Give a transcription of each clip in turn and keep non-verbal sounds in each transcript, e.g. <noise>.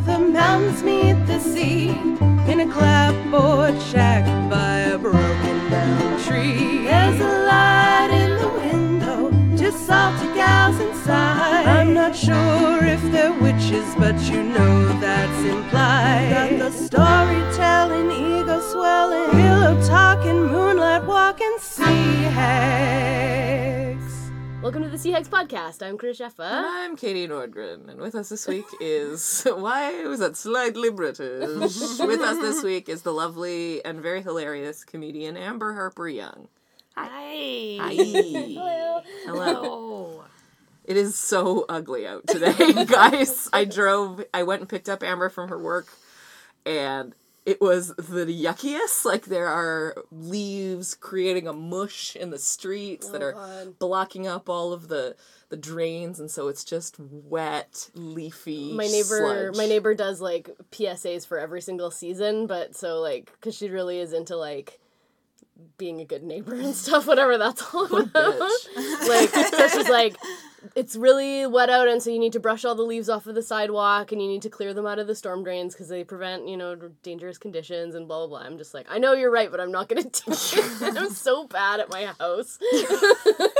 drums meet the sea in a clapboard shack by a broken down tree. There's a light in the window, just salty gals inside. I'm not sure if they're witches, but you know that's implied. Got the storytelling, ego swelling, pillow talking, moonlight walking, sea hags. Welcome to the Sea Hags podcast. I'm Chris Sheffer. I'm Katie Nordgren, and with us this week is <laughs> why was that slightly British? with us this week is the lovely and very hilarious comedian Amber Harper Young. Hi. Hello. Hello. Oh. It is so ugly out today, <laughs> guys. I drove. I went and picked up Amber from her work, and it was the yuckiest. Like there are leaves creating a mush in the streets that are Oh, God. blocking up all of the the drains, and so it's just wet, leafy. My neighbor, sludge. my neighbor does like PSAs for every single season, but so like, cause she really is into like being a good neighbor and <laughs> stuff, whatever that's all about. <laughs> like, so she's like, it's really wet out, and so you need to brush all the leaves off of the sidewalk, and you need to clear them out of the storm drains because they prevent you know dangerous conditions and blah blah blah. I'm just like, I know you're right, but I'm not gonna <laughs> do it. I'm so bad at my house. <laughs>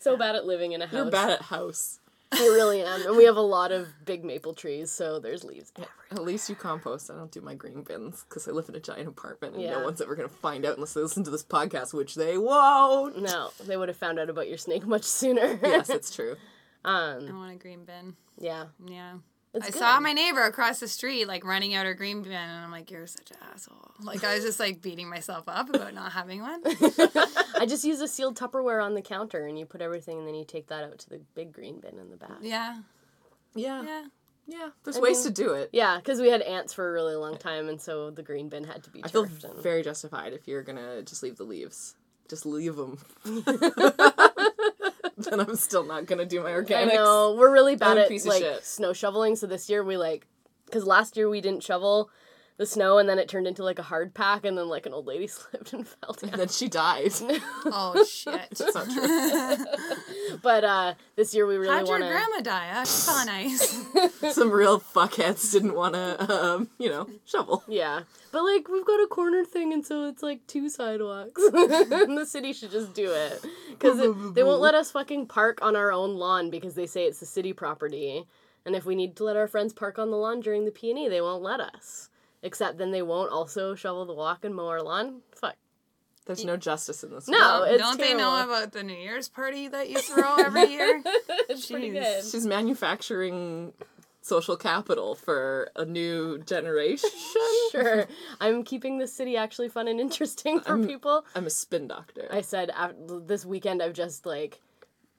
so bad at living in a house. You're bad at house. I really am. And we have a lot of big maple trees, so there's leaves everywhere. At least you compost. I don't do my green bins because I live in a giant apartment and no Yeah. one's ever going to find out unless they listen to this podcast, which they <laughs> won't. No, they would have found out about your snake much sooner. yes, it's true. I want a green bin. <laughs> yeah. Yeah. I saw my neighbor across the street like running out her green bin, and I'm like, "You're such an asshole!" Like I was just like beating myself up about not <laughs> having one. I just use a sealed Tupperware on the counter and you put everything and then you take that out to the big green bin in the back. Yeah, Yeah. Yeah. yeah. There's ways to do it. Yeah, because we had ants for a really long time and so the green bin had to be I feel turfed. and- very justified if you're going to just leave the leaves. Just <laughs> leave them. then I'm still not going to do my I organics. know. We're really I'm bad a at piece of like shit. snow shoveling, so this year we like because last year we didn't shovel the snow and then it turned into like a hard pack and then like an old lady <laughs> slipped and fell down. <laughs> Then <laughs> she died. Oh <laughs> shit! That's not true. But uh, this year we really How'd your want to. grandma die? Oh, <laughs> she's on ice. Some real fuckheads didn't want to, um, you know, shovel. Yeah, but like we've got a corner thing, and so it's like two sidewalks, <laughs> and the city should just do it because they won't let us fucking park on our own lawn because they say it's the city property, and if we need to let our friends park on the lawn during the P and E, they won't let us. Except then they won't also shovel the walk and mow our lawn. Fuck. There's no justice in this. No, world. it's <laughs> Don't they terrible. know about the New Year's party that <laughs> you throw every year? It's pretty Jeez. good. She's manufacturing social capital for a new generation. <laughs> <laughs> <laughs> Sure, I'm keeping the city actually fun and interesting for people. I'm a spin doctor. I said af this weekend I've just like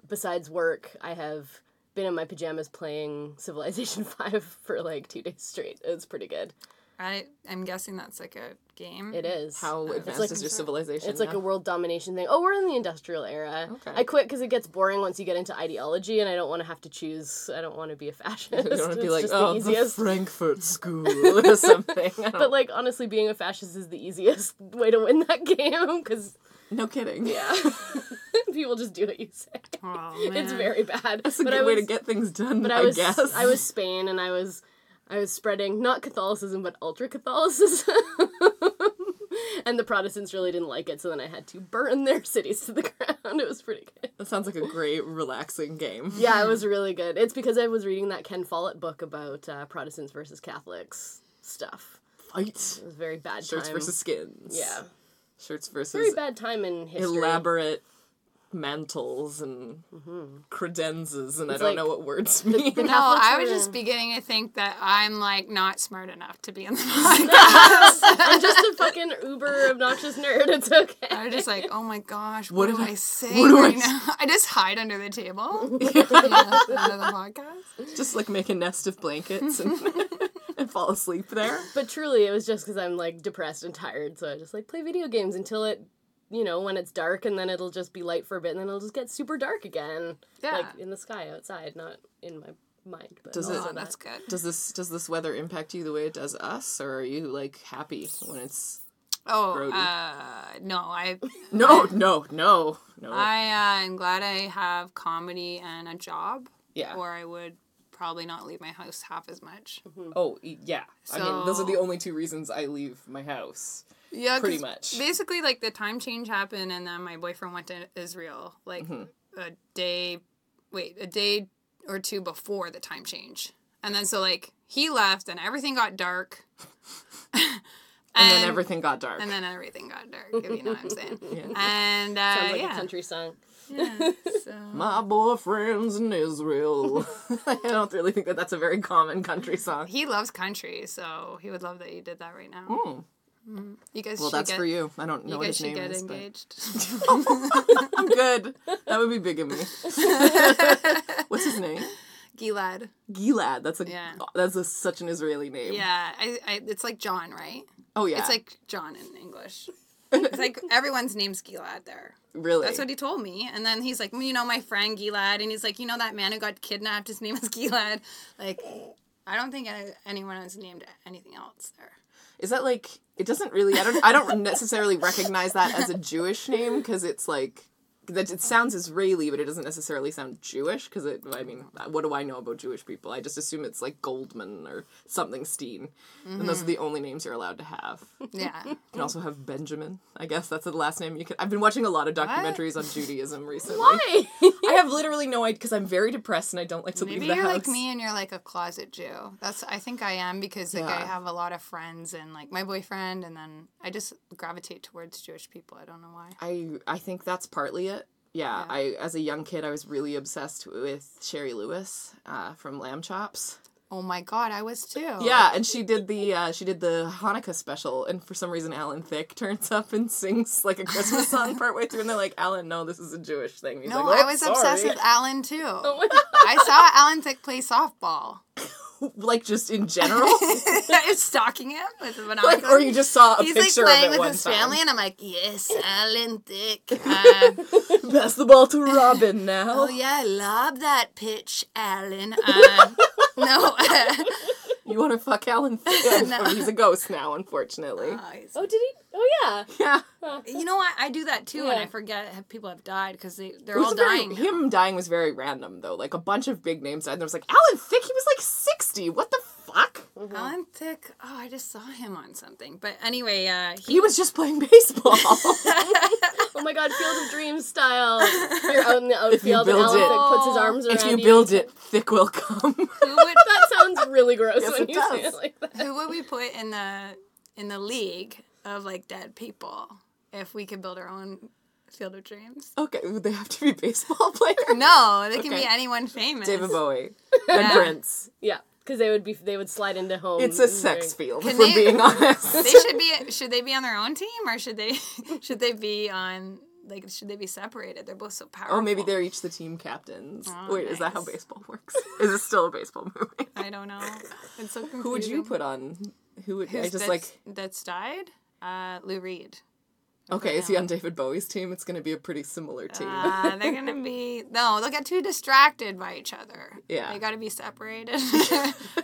besides work I have been in my pajamas playing <laughs> Civilization 5 for like 2 days straight. It's pretty good. I I'm guessing that's like a game. It is. How uh, advanced like- is your civilization? it's like a world domination thing. Oh, we're in the industrial era. Okay. I quit because it gets boring once you get into ideology, and I don't want to have to choose. I don't want to be a <laughs> fascist. <laughs> you don't want to be It's like just the oh the, oh. easiest." Frankfurt School <laughs> or <laughs> something. I don't- But like honestly, being a fascist is the easiest <laughs> way to win that game because no kidding. Yeah, <laughs> people just do what you say. <laughs> Oh, It's man. very bad. it's a But good I way to was- get things done. But I, I was guess I was Spain and I was I was spreading not Catholicism but ultra Catholicism. <laughs> and the Protestants really didn't like it, so then I had to burn their <laughs> cities to the ground. It was pretty good. That sounds like a great relaxing game. Yeah, it <laughs> was really good. It's because I was reading that Ken Follett book about uh, Protestants versus Catholics stuff. Fight It was a very bad shirts time. versus skins. yeah, shirts very versus bad time in history. elaborate mantles and credenzas, and I don't Mm-hmm. like know what words mean. No, Catholics I was are- just beginning to think that I'm like not smart enough to <laughs> be in the <laughs> podcast. <laughs> I'm just a fucking uber obnoxious nerd. It's okay. I'm just like, oh my gosh, what, did do I- I, say what do I right s- now? <laughs> I just hide under the table. <laughs> <laughs> yeah, under the podcast. just like make a nest of blankets and, <laughs> and fall asleep there. But truly, it was just because I'm like depressed and tired, so I just like play video games until it, you know, when it's dark, and then it'll just be light for a bit, and then it'll just get super dark again, Yeah. like in the sky outside, not in my mind. But Does it- Oh, also that's not. good. Does this does this weather impact you the way it does us, or are you like happy when it's Oh, Brody. uh, no, I, no, no, no, no? I uh, am glad I have comedy and a job, yeah, or I would probably not leave my house half as much. Oh e- yeah. I mean, those are the So- only two reasons I leave my house. Yeah, Pretty 'cause much. Basically, like the time change happened, and then my boyfriend went to Israel like Mm-hmm. a day, wait, a day or two before the time change, and then so like he left, and everything got dark. <laughs> And, then everything got dark. And then everything got dark, if you know what <laughs> I'm saying. And uh, Sounds like a yeah, country song. <laughs> so- my boyfriend's in Israel. <laughs> I don't really think that that's a very common country song. he loves country, so he would love that you did that right now. Mm-hmm. Hmm. You guys, Well, should that's get, for you. I don't know You what guys his should name get is, but engaged. <laughs> I'm good. That would be <laughs> bigamy. What's his name? Gilad. Gilad. That's a Yeah. that's a, such an Israeli name. Yeah, I, I, it's like John, right? Oh yeah. It's like John in English. <laughs> It's like everyone's name's Gilad there. really. That's what he told me. And then he's like, "Mm, you know, my friend Gilad. And he's like, you know, that man who got kidnapped, his name is Gilad. Like, I don't think any- anyone is named anything else there. Is that like it doesn't really I don't I don't necessarily recognize that as a Jewish name because it's like that it sounds Israeli but it doesn't necessarily sound Jewish because it I mean what do I know about Jewish people? I just assume it's like Goldman or something Steen. And those are the only names you're allowed to have. You <laughs> Yeah. can also have Benjamin. I guess that's the last name you can I've been watching a lot of documentaries on Judaism recently. Why? I have literally no idea because I'm very depressed and I don't like to Maybe leave the you're house. like me and you're like a closet Jew. That's I think I am because like I Yeah. have a lot of friends and like my boyfriend and then I just gravitate towards Jewish people. I don't know why. I I think that's partly it. Yeah, I as a young kid I was really obsessed with Sherry Lewis uh, from Lamb Chops. Oh my god, I was too. Yeah, and she did the uh, she did the Hanukkah special, and for some reason Alan Thicke turns up and sings like a Christmas song <laughs> partway through, and they're like, "Alan, no, this is a Jewish thing." He's No, like, I "Oh, was obsessed sorry." with Alan <laughs> too. I saw Alan Thicke play <laughs> softball. <laughs> like just in <laughs> general, <laughs> I was stalking him with a like, binocular. or you just saw a He's like picture playing of it with one his time. <laughs> family, and I'm like, yes, Alan Thicke. Uh, Pass the ball to <laughs> Robin now. oh yeah, lob that pitch, Alan. Uh, <laughs> no, uh, <laughs> You want to fuck Alan Thicke? Oh, No. He's a ghost now, <laughs> unfortunately. <laughs> Oh, did he? Oh, yeah. yeah. You know what? I do that too, and Yeah. I forget if people have died because they they're It was all very- dying. now. him dying was very random though. Like a bunch of big names died. And there was like Alan Thicke. He was like sixty. What the fuck? Alan Thicke. Oh, I just saw him on something. But anyway, uh, <laughs> he, He was just playing <laughs> baseball. Oh my God, Field of Dreams style. You're out in the outfield, and build Alan it. Thicke puts his arms around if you build it, Thick will come. <laughs> who would That sounds really gross Yes, when it you say does. it like that. who would we put in the in the league of like dead people if we could build our own field of dreams? okay, would they have to be baseball <laughs> players? No, they can Okay. be anyone famous. David <laughs> Bowie and Prince. Mm-hmm. Yeah, because they would be they would slide into home. It's a sex field. If Can we're they- <laughs> being honest. They should be. Should they be on their own team, or should they <laughs> should they be on like should they be separated? They're both so powerful. Or maybe they're each the team captains. Oh, Wait, is that how nice. baseball works? <laughs> Is this still a baseball movie? I don't know. It's so confusing. Who would you put on? Who would I Who's just that's, like? that's died? Uh, Lou Reed. Okay, is he on David Bowie's team? It's going to be a pretty similar team. Uh, they're <laughs> gonna be no. They'll get too distracted by each other. Yeah. they gotta <laughs> be separated, <laughs>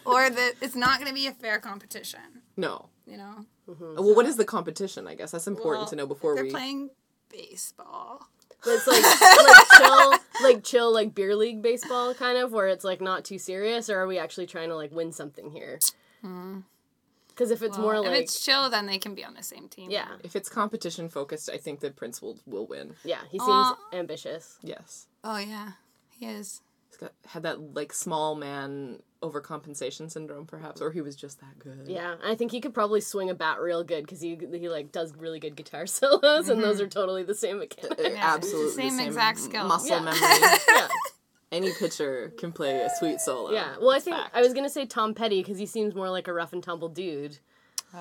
or the it's not gonna be a fair competition. no. You know, Well, what is the competition? I guess that's important Well, to know before they're we. playing baseball. But It's like <laughs> like chill, like chill, like beer league baseball kind of, where it's like not too serious. Or are we actually trying to like win something here? Because if it's more Hmm. Well, like if it's chill, then they can be on the same team. yeah, If it's competition focused, I think that Prince will will win. yeah, he seems Aw. ambitious. Yes, Oh yeah, he is. he's got had that like small man overcompensation syndrome, perhaps, or he was just that good. Yeah, and I think he could probably swing a bat real good because he he like does really good guitar <laughs> solos, and those Mm-hmm. are totally the same <laughs> mechanic. Yeah, Uh, absolutely. it's the same exact skill. Muscle Yeah. <laughs> memory. yeah, Any pitcher can play a sweet solo. yeah. Well, I think Um, fact. I was gonna say Tom Petty because he seems more like a rough and tumble dude.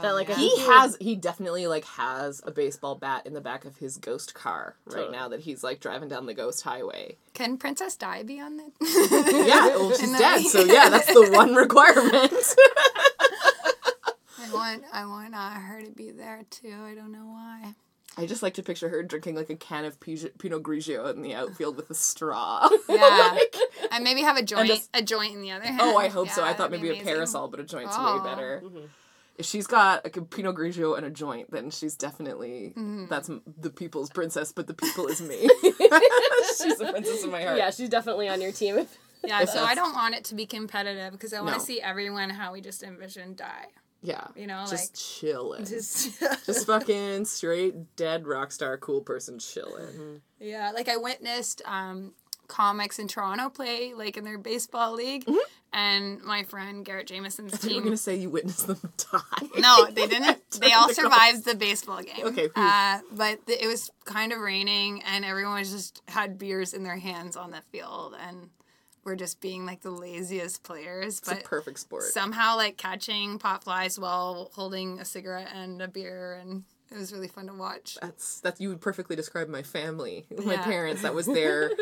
that like I Oh, yeah. think He would- has he definitely like has a baseball bat in the back of his ghost car right now that he's like driving down the ghost <laughs> highway. Can Princess Di be on the? <laughs> Yeah, well, she's And dead, then- so yeah, that's the one <laughs> requirement. I want I want uh, her to be there too. I don't <laughs> know why. I just like to picture her drinking like a can of Pige- Pinot Grigio in the outfield with a <laughs> straw. Yeah, and maybe have a joint just- a joint in the other hand. oh, I hope so. Yeah, I thought that'd maybe be a amazing. parasol, but a joint's Oh. way better. If she's got like, a Pinot Grigio and a joint, then she's definitely Mm-hmm. that's m- the people's <laughs> princess, but the people is me. <laughs> she's the princess in my heart. Yeah, she's definitely on your team. Yeah, so that's- I don't want it to be competitive because I want No. to see everyone how we just envision die. <laughs> Yeah. You know, just like- chilling. <laughs> Just... Just fucking straight dead rock star cool person chilling. yeah, like I witnessed um, comics in Toronto play like in their baseball league, and my friend <laughs> Garrett Jameson's You Mm-hmm. were team. gonna say you witnessed <laughs> them die. No, <laughs> they didn't. They all survived the baseball game. Okay, please. Uh, but th- it was kind of raining, and everyone was just had beers in their hands on the field, and we're just being like the laziest players. It's a But perfect sport. somehow, like catching pot flies while holding a cigarette and a beer, and it was really fun to watch. That's that you would perfectly describe my family. My Yeah. parents, <laughs> that was their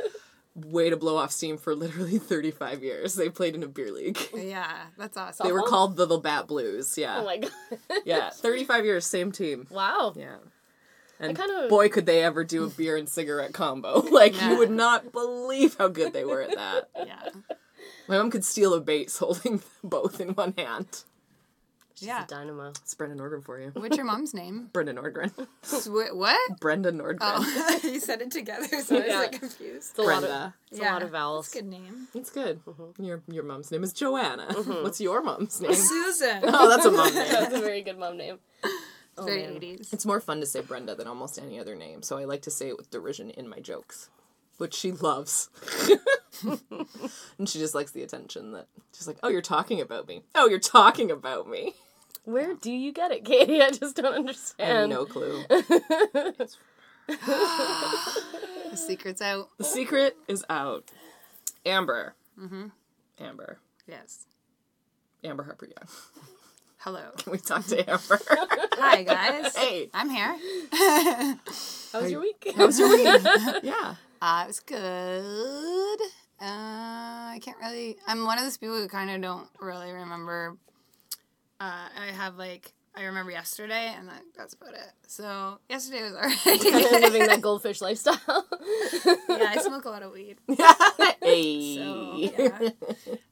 way to blow off steam for literally 35 years. They played in a beer league. Yeah, that's awesome. They were called the, the Bat Blues. <laughs> Yeah. Oh my god. yeah. 35 years, same team. Wow. Yeah. And kind of- boy, could they ever do a beer and cigarette combo. <laughs> Like, Yeah. you would not believe how good they were at that. yeah, My mom could steal a base holding <laughs> both in one hand. yeah. Dynamo. It's Brendan Orgren for you. What's your mom's name? <laughs> Brendan Orgren. Swi- what? Brendan Orgren. Oh, <laughs> you said it together, so I was like confused. It's a lot of Mm-hmm. Brenda. it's a lot of vowels. That's a good name. It's good. Your your mom's name is Joanna. Mm-hmm. What's your mom's name? Susan. oh, <laughs> that's a mom name. That's a very good mom name. Very man. 80s. It's more fun to say Brenda than almost any other name, so I like to say it with derision in my jokes, which she loves. <laughs> and she just likes the attention that she's like, "Oh, you're talking about me. Oh, you're talking about me." <laughs> Where do you get it, Katie? I just don't I have understand. no clue. The secret's out. <laughs> The secret is out. Amber. Mm-hmm. Amber. Yes. Amber Harper Young. <laughs> Hello. Can we talk to <laughs> Amber? Hi, guys. hey. I'm here. How was your week? How's your <laughs> week? yeah. Uh, it's good. Uh, I can't really. I'm one of those people who kind of don't really remember. Uh, I have like I remember yesterday, and that, that's about it. So yesterday was <laughs> <laughs> alright. Living that goldfish lifestyle. <laughs> yeah, I smoke a lot of weed. Hey. So, <laughs> yeah.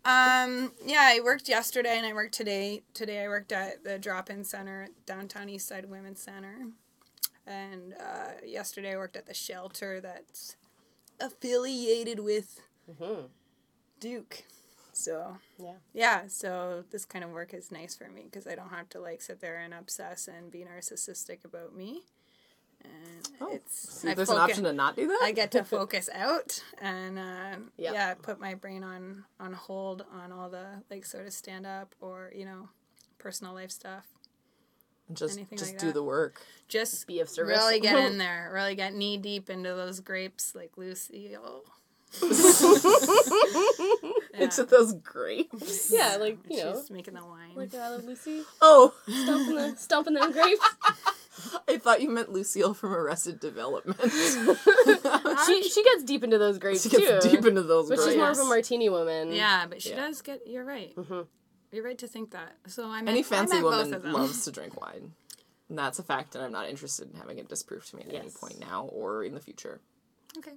um, yeah, I worked yesterday and I worked today. Today I worked at the drop-in center at downtown East Side Women's Center, and uh, yesterday I worked at the shelter that's affiliated with Mm-hmm. Duke. So Yeah. yeah, so this kind of work is nice for me because I don't have to like sit there and obsess and be narcissistic about me. And it's See, I Oh. there's an focus- option to not do that? I get to focus out and um, <laughs> Yeah. yeah, put my brain on on hold on all the like sort of stand up or you know personal life stuff. And just anything just like do that. the work. Just Be of service. really get in there, really get knee deep into those grapes like Lucille. yeah. Into those <laughs> <laughs> grapes. Yeah, like you know, She's making the wine. like I love Lucy, Oh, stomping the stomping them grapes. <laughs> I thought you meant Lucille from Arrested Development. <laughs> she she gets deep into those grapes She too. gets deep into those but grapes. she's more of a Yes. martini woman. yeah, but she Yeah. does get. You're right. Mm-hmm. You're right to think that. So I'm Any fancy woman both of them. loves to drink wine. And that's a fact, and I'm not interested in having it disproved to me at any Yes. point now or in the future. <laughs> Okay.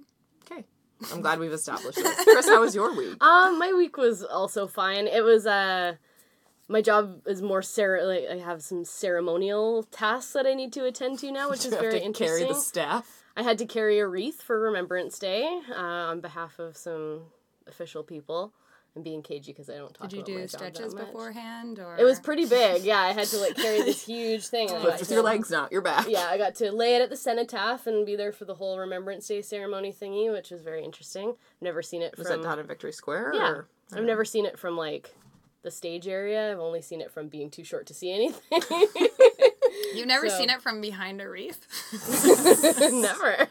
Okay. I'm glad we've established this. <laughs> Chris, how was your week? Um, my week was also fine. It was uh, my job is more cere- like I have some ceremonial tasks that I need to attend to now, <laughs> which is You have very to carry interesting. the staff. I had to carry a wreath for Remembrance Day uh, on behalf of some official people. I'm being cagey because I don't talk. Did you about my do job that stretches much. beforehand or? It was pretty big. Yeah, I had to like carry <laughs> this huge thing. and I got With to- your legs out, your back. yeah, I got to lay it at the cenotaph and be there for the whole Remembrance Day ceremony thingy, which was very interesting. I've never seen it Was from. that down in Victory Square? yeah, Or? I've never seen it from like the stage area. I've only seen it from being too short to see <laughs> anything. <laughs> You've never so- seen it from behind <laughs> a reef. never.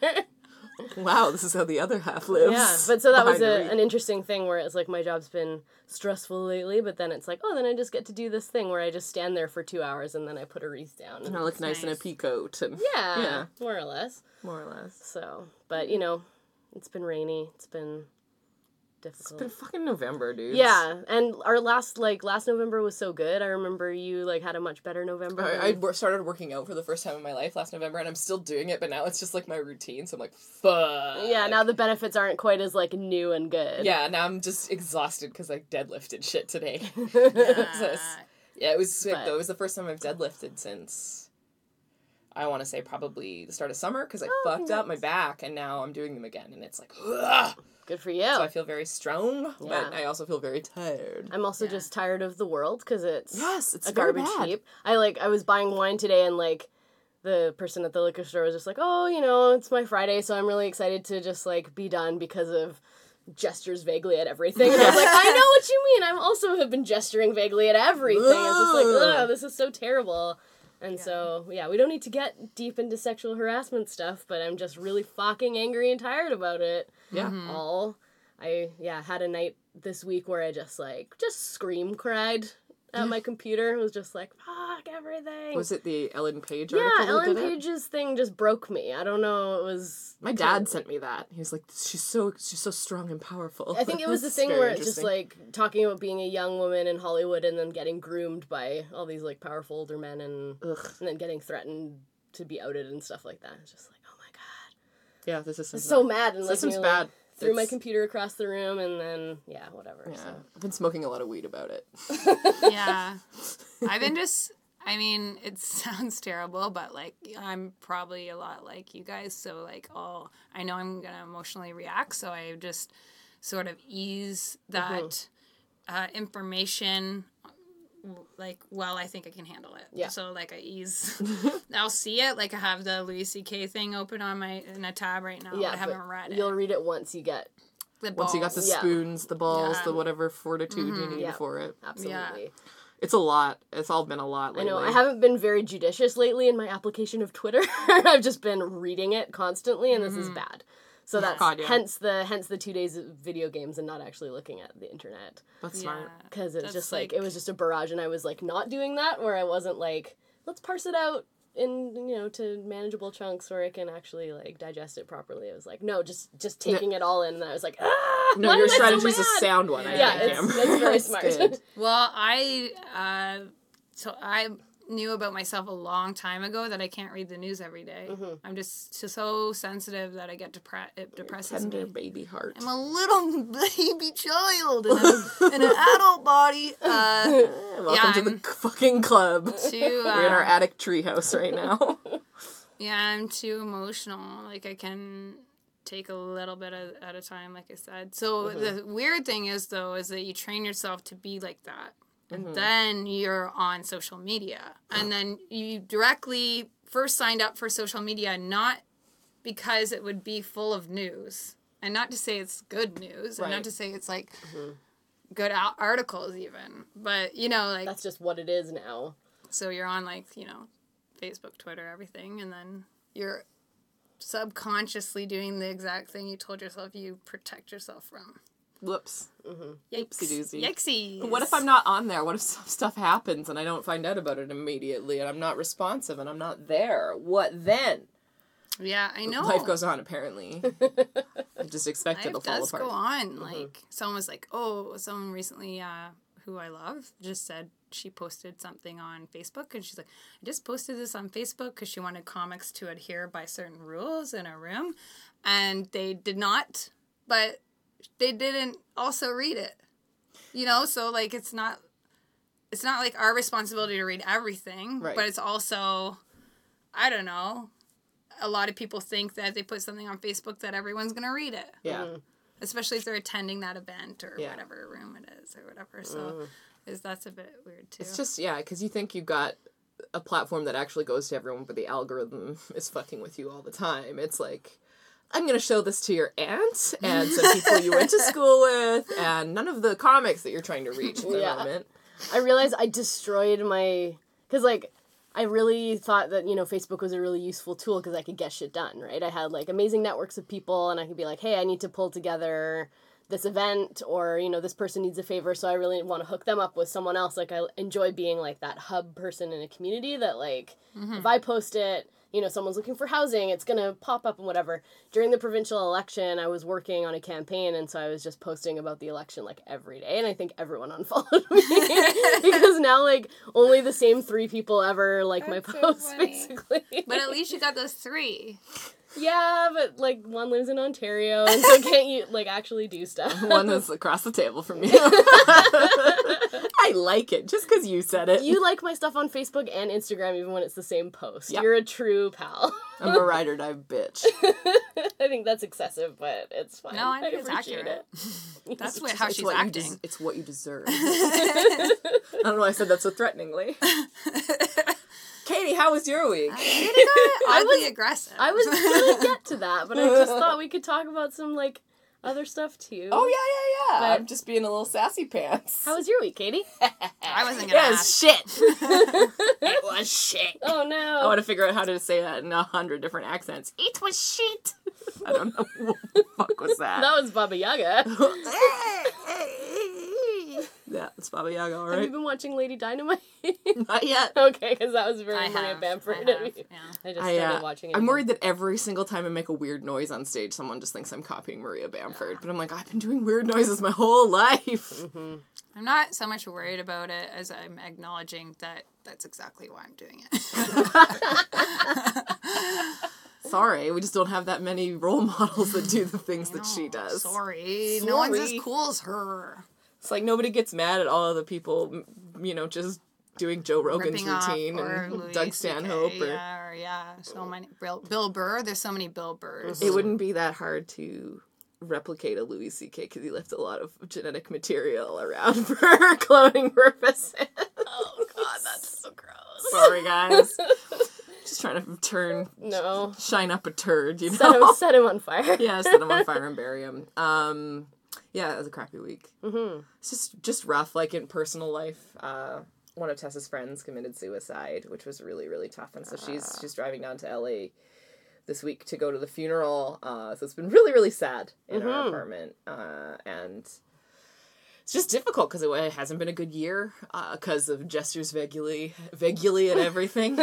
Wow, this is how the other half lives. Yeah, but so that was Behind a, the an interesting thing where it's like my job's been stressful lately, but then it's like, oh, then I just get to do this thing where I just stand there for two hours and then I put a wreath down. And I look nice, in a nice. peacoat. And, yeah, Oh, Yeah. more or less. More or less. So, but you know, it's been rainy. It's been difficult. It's been fucking November, dude. yeah, and our last like last November was so good. I remember you like had a much better November. I, I than- wor- started working out for the first time in my life last November, and I'm still doing it, but now it's just like my routine. So I'm like, fuck. yeah, now the benefits aren't quite as like new and good. Yeah, now I'm just exhausted because I deadlifted shit today. <laughs> Uh, <laughs> So it's- yeah, it was sick But- though. It was the first time I've deadlifted since I want to say probably the start of summer because I Oh, fucked up my back and now I'm doing them again and it's like, ugh. Good for you. so I feel very strong, Oh. Yeah. but I also feel very tired. I'm also just tired of the world because it's Yes, it's a very garbage bad. heap. I like I was buying wine today and like the person at the liquor store was just like, "Oh, you know, it's my Friday, so I'm really excited to just like be done because of gestures vaguely at everything." And I <laughs> was like, "I know what you mean. I'm also have been gesturing vaguely at everything." It's just like, Ugh. "Ugh, this is so terrible." And so, yeah, we don't need to get deep into sexual harassment stuff, but I'm just really fucking angry and tired about it Yeah. Mm-hmm. all. I yeah had a night this week where I just like just scream cried at my computer. It was just like fuck everything. Was it the Ellen Page yeah, article? that Ellen did it? Page's thing just broke me. I don't know. It was My dad sent me that. He was like, "She's so she's so strong and powerful." I think it was <laughs> the It's thing very where it's just interesting. like talking about being a young woman in Hollywood and then getting groomed by all these like powerful older men and Ugh. and then getting threatened to be outed and stuff like that. It's just like oh my god, yeah, this is so mad and like System's nearly bad. Threw my It's- computer across the room and then yeah whatever. Yeah, So. I've been smoking a lot of weed <laughs> about it. <laughs> yeah. I've been just, I mean, it <laughs> sounds terrible, but like, I'm probably a lot like you guys. So, like, oh, I know I'm going to emotionally react. So, I just sort of ease Mm-hmm. that uh, information, like, well, I think I can handle it. Yeah. So, like, I <laughs> ease, <laughs> I'll see it. Like, I have the Louis C.K. thing open on my, in a tab right now. Yeah, but I but haven't read it. You'll read it once you get The Once you got the balls. Yeah. Mm-hmm. spoons, the balls, Yeah. the whatever fortitude you need Yeah. for it. Absolutely. It's a lot. It's all been a lot I lately. know. I haven't been very judicious lately in my application of Twitter. <laughs> I've just been reading it constantly, and Mm-hmm. this is bad. So that's Oh, God, yeah. hence the hence the two days of video games and not actually looking at the internet That's Yeah. smart. because it's That's just like, like- it was just a barrage, and I was like not doing that where I wasn't like let's parse it out in you know to manageable chunks where I can actually like digest it properly. It was like no, just just taking it all in, and I was like ah, No, why your am I so strategy is a mad?" sound one. I Yeah, think, it's, Cam. that's <laughs> very smart. good. <laughs> Well, I uh, so I knew about myself a long time ago that I can't read the news every day. I'm just so- so sensitive that I get depressed. It depresses Tender me. baby heart. I'm a little <laughs> baby child in, a, in an adult body. Uh, Eh, Welcome yeah, to the <laughs> I'm- fucking club. too, <laughs> We're in our uh, attic treehouse right <laughs> now. yeah, I'm too emotional. Like I can take a little bit at, at a time, like I said. So the weird thing is though, is that you train yourself to be like that. And then you're on social media. And then you directly first signed up for social media not because it would be full of news. And not to say it's good news, and Right. not to say it's like good al- articles even. But you know, like That's just what it is now. so you're on like, you know, Facebook, Twitter, everything, and then you're subconsciously doing the exact thing you told yourself you protect yourself from. Whoops. Yikes. Oopsie-doozy. Yikesies. What if I'm not on there? What if some <laughs> stuff happens and I don't find out about it immediately and I'm not responsive and I'm not there? What then? Yeah, I know. <laughs> Life goes on, apparently. <laughs> I just expected Oh. Life to fall does apart. Mm-hmm. go on. Like someone was like, oh, someone recently uh, who I love just said she posted something on Facebook, and she's like, I just posted this on Facebook because she wanted comics to adhere by certain rules in a room, and they did not, but they didn't also read it. You know, so like it's not. It's not like our responsibility to read everything, Right. but it's also, I don't know, a lot of people think that if they put something on Facebook that everyone's gonna read it Yeah. especially if they're attending that event or Yeah. Mm. whatever room it is or whatever. So is that's a bit weird too. It's just, yeah, because you think you've got a platform that actually goes to everyone, but the algorithm <laughs> is fucking with you all the time. It's like, I'm going to show this to your aunt and some people you <laughs> went to school with and none of the comics that you're trying to reach at the Yeah. moment. I realized I destroyed my because like I really thought that you know Facebook was a really useful tool because I could get shit done. Right, I had like amazing networks of people, and I could be like, hey, I need to pull together this event or you know this person needs a favor so i really want to hook them up with someone else like i enjoy being like that hub person in a community that like if i post it you know someone's looking for housing it's going to pop up and whatever during the provincial election i was working on a campaign and so i was just posting about the election like every day and i think everyone <laughs> unfollowed <laughs> me because now like only the same three people ever like my That's so posts funny. basically <laughs> but at least you got those three. <laughs> yeah but like one lives in ontario and <laughs> <laughs> so can't you like actually do stuff <laughs> One that's across the table from you. I like it just because you said it. You like my stuff on Facebook and Instagram even when it's the same post. Yeah. You're a true pal. <laughs> I'm a ride or die bitch. I think that's excessive, but it's fine. No, I think it's appreciate accurate. it. <laughs> That's what, how It's she's what you des- acting. it's what <laughs> you deserve. I don't know why I said that so threateningly. Katie, how was your week? Oddly aggressive. I <laughs> was gonna get to that, but I just thought we could talk about some like other stuff too. Oh yeah, yeah, yeah. But- I'm just being a little sassy pants. How was your week, Katie? I wasn't gonna <laughs> Yeah, ask. <laughs> it's shit. it was shit. Oh no. I want to figure out how to say that in a hundred different accents. It was shit. <laughs> I don't know what the fuck was that. that was Baba <laughs> Yaga. yeah, it's Baba Yaga, all Have you right? been watching Lady Dynamite? <laughs> Not yet. okay, because that was very I Maria have. Bamford. <laughs> I I, have, yeah. just I, started uh, watching it. I'm again. worried that every single time I make a weird noise on stage, someone just thinks I'm copying Maria Bamford. But I'm like, I've been doing weird noises my whole <laughs> life. I'm not so much worried about it as I'm acknowledging that that's exactly why I'm doing it. Sorry, we just don't have that many role <laughs> models that do the things that <laughs> she does. Oh, Sorry, no one's as Sorry. cool as her. It's like nobody gets mad at all of the people, m- you know, just doing Joe Rogan's Ripping off routine or and Louis Doug CK, Stanhope. Or, yeah, or yeah, so many Bill, Bill Burr. There's so many Bill Burrs. It wouldn't be that hard to replicate a Louis C.K. because he left a lot of genetic material around <laughs> for cloning purposes. Oh god, that's so gross. Sorry, <laughs> guys. Just trying to turn, <laughs> No. shine up a turd, you know? Set him, set him <laughs> on fire. <laughs> yeah, set him on fire and bury him. Um, yeah, it was a crappy week. Mm-hmm. It's just just rough. Like in personal life, uh, One of Tessa's friends committed suicide, which was really really tough, and so she's she's driving down to LA this week to go to the funeral. Uh, so it's been really really sad in our apartment, uh, and it's just difficult because it, wa- it hasn't been a good year because of gestures veguli veguli and everything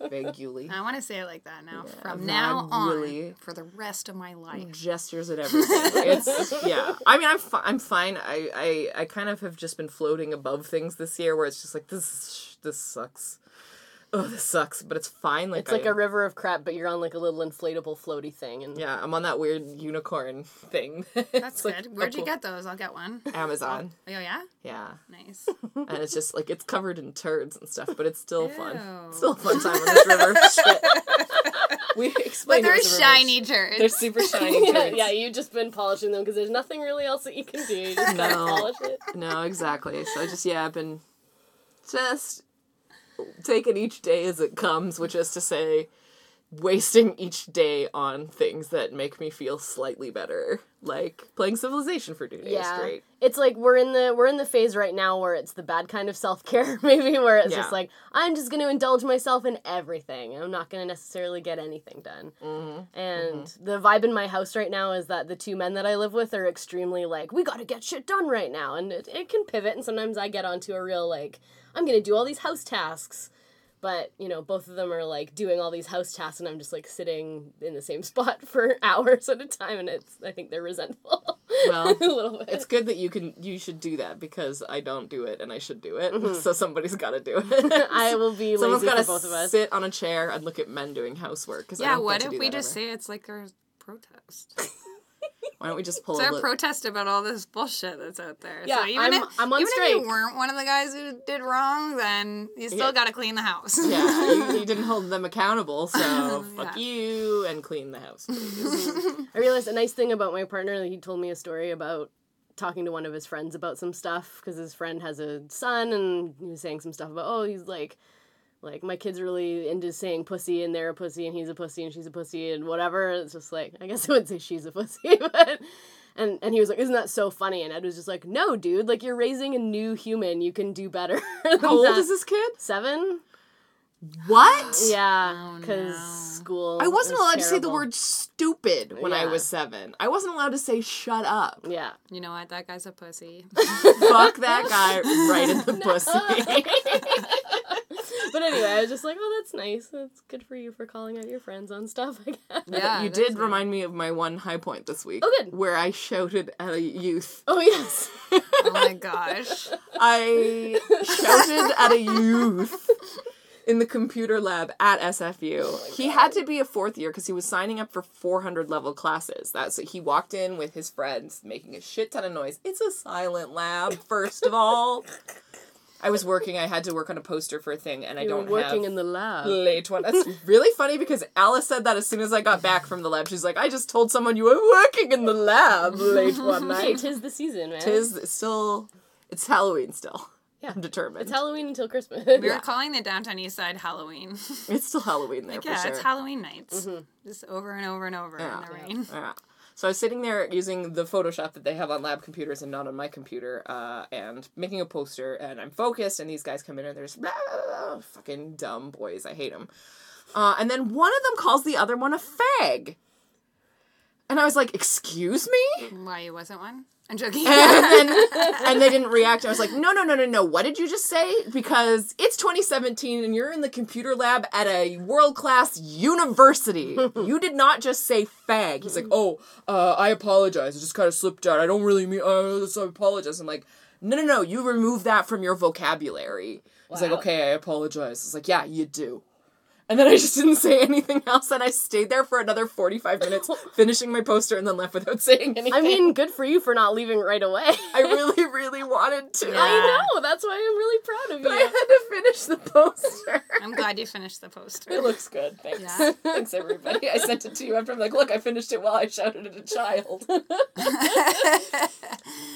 veguli I want to say it like that now. From I'm now on, really- for the rest of my life. gestures at everything. It's yeah. I mean, I'm fi- I'm fine. I, I I kind of have just been floating above things this year, where it's just like this this sucks. Oh, this sucks, but it's fine. Like It's like I- a river of crap, but you're on like a little inflatable floaty thing, and yeah. I'm on that weird unicorn thing. <laughs> That's It's like good. Where'd you couple- get those? I'll get <laughs> one. Oh Amazon. yeah, Yeah, <laughs> nice. and it's just like it's covered in turds and stuff, but it's still fun. Ew. It's still a fun time on this river. of Shit. <laughs> we But explained it they're was a reverse- shiny jerks. they're super <laughs> shiny <laughs> yeah, turds. yeah, you've just been polishing them because there's nothing really else that you can do. You just gotta <laughs> No. polish it. No, exactly. So I just yeah, I've been just taking each day as it comes, which is to say, wasting each day on things that make me feel slightly better, like playing Civilization for two days Yeah, straight. it's like we're in the we're in the phase right now where it's the bad kind of self care, <laughs> maybe where it's Yeah. just like I'm just going to indulge myself in everything. I'm not going to necessarily get anything done. Mm-hmm. And the vibe in my house right now is that the two men that I live with are extremely like we got to get shit done right now, and it, it can pivot. And sometimes I get onto a real like I'm going to do all these house tasks. But you know, both of them are like doing all these house tasks, and I'm just like sitting in the same <laughs> spot for hours at a time, and it's I think they're resentful. <laughs> Well, a little bit. It's good that you can you should do that because I don't do it and I should do it. So somebody's got <laughs> to do it. Mm-hmm. <laughs> I will be Someone's lazy got for both of to us. sit on a chair and look at men doing housework. 'cause I yeah. don't get What to if do we that just ever. say it's like there's protest? It's Why don't we just pull a our li- protest about all this bullshit that's out there. Yeah, so even I'm- if, I'm on even if strike. you weren't one of the guys who did wrong, then you still Yeah. got to clean the house. Yeah, you, <laughs> you didn't hold them accountable, <laughs> so fuck Yeah. you and clean the house. I realized a nice thing about my partner that he told me a story about talking to one of his friends about some stuff because his friend has a son and he was saying some stuff about oh he's like like my kid's really into saying pussy and they're a pussy and he's a pussy and she's a pussy and whatever it's just like I guess I would say she's a <laughs> pussy but and and he was like isn't that so funny and Ed was just like no dude like you're raising a new human you can do better <laughs> than How old that." is this kid? seven What? yeah because school I wasn't is allowed to say the terrible. word stupid when I Yeah. was seven. I wasn't allowed to say shut up. yeah <laughs> You know what? That guy's a pussy. <laughs> Fuck <laughs> that guy right in the <laughs> pussy. <laughs> But anyway, I was just like, oh, that's nice. That's good for you for calling out your friends on stuff, I guess. yeah, you that's did it. remind me of my one high point this week. Oh, good. Where I shouted at a youth. Oh, <laughs> yes. Oh my <laughs> gosh. I shouted at a youth in the computer lab at SFU. Oh he had to be a fourth year because he was signing up for 400 level classes. That's he walked in with his friends making a shit ton of noise. It's a silent lab, first of all. I was working. I had to work on a poster for a thing, and I You were don't working have in the lab. late one. That's really funny because Alice said that as soon as I got back from the lab. She's like, I just told someone you were working in the lab late <laughs> one Hey, night. tis the season, man. Tis still, it's Halloween still. Yeah. I'm determined. It's Halloween until Christmas. We were calling the downtown east side Halloween. <laughs> It's still Halloween there for yeah, sure. it's Halloween nights. Mm-hmm. Just over and over and over in the rain. yeah. So I was sitting there using the Photoshop that they have on lab computers and not on my computer, uh, and making a poster. And I'm focused, and these guys come in and they're just blah, blah, blah, blah, fucking dumb boys. I hate them. Uh, and then one of them calls the other one a fag. And I was like, "Excuse me?" Why you wasn't one? I'm joking. <laughs> And then, and they didn't react. I was like, "No, no, no, no, no. What did you just say?" Because it's 2017 and you're in the computer lab at a world-class <laughs> university. You did not just say fag. He's like, "Oh, uh, I apologize. It just kind of slipped out. I don't really mean. Uh, so I apologize." I'm like, "No, no, no. You remove that from your vocabulary." He's like, Wow. "Okay, I apologize." It's like, "Yeah, you do." And then I just didn't say anything else, and I stayed there for another <laughs> 45 minutes, finishing my poster, and then left without saying <laughs> anything. I mean, <laughs> good for you for not leaving right away. <laughs> I really, really wanted to. Yeah. I know. That's why I'm really proud of you. I had to finish the poster. I'm glad you finished the it poster. looks good. Thanks. Yeah. Thanks, everybody. I sent it to you after I'm like, look, I finished it while I shouted at a child.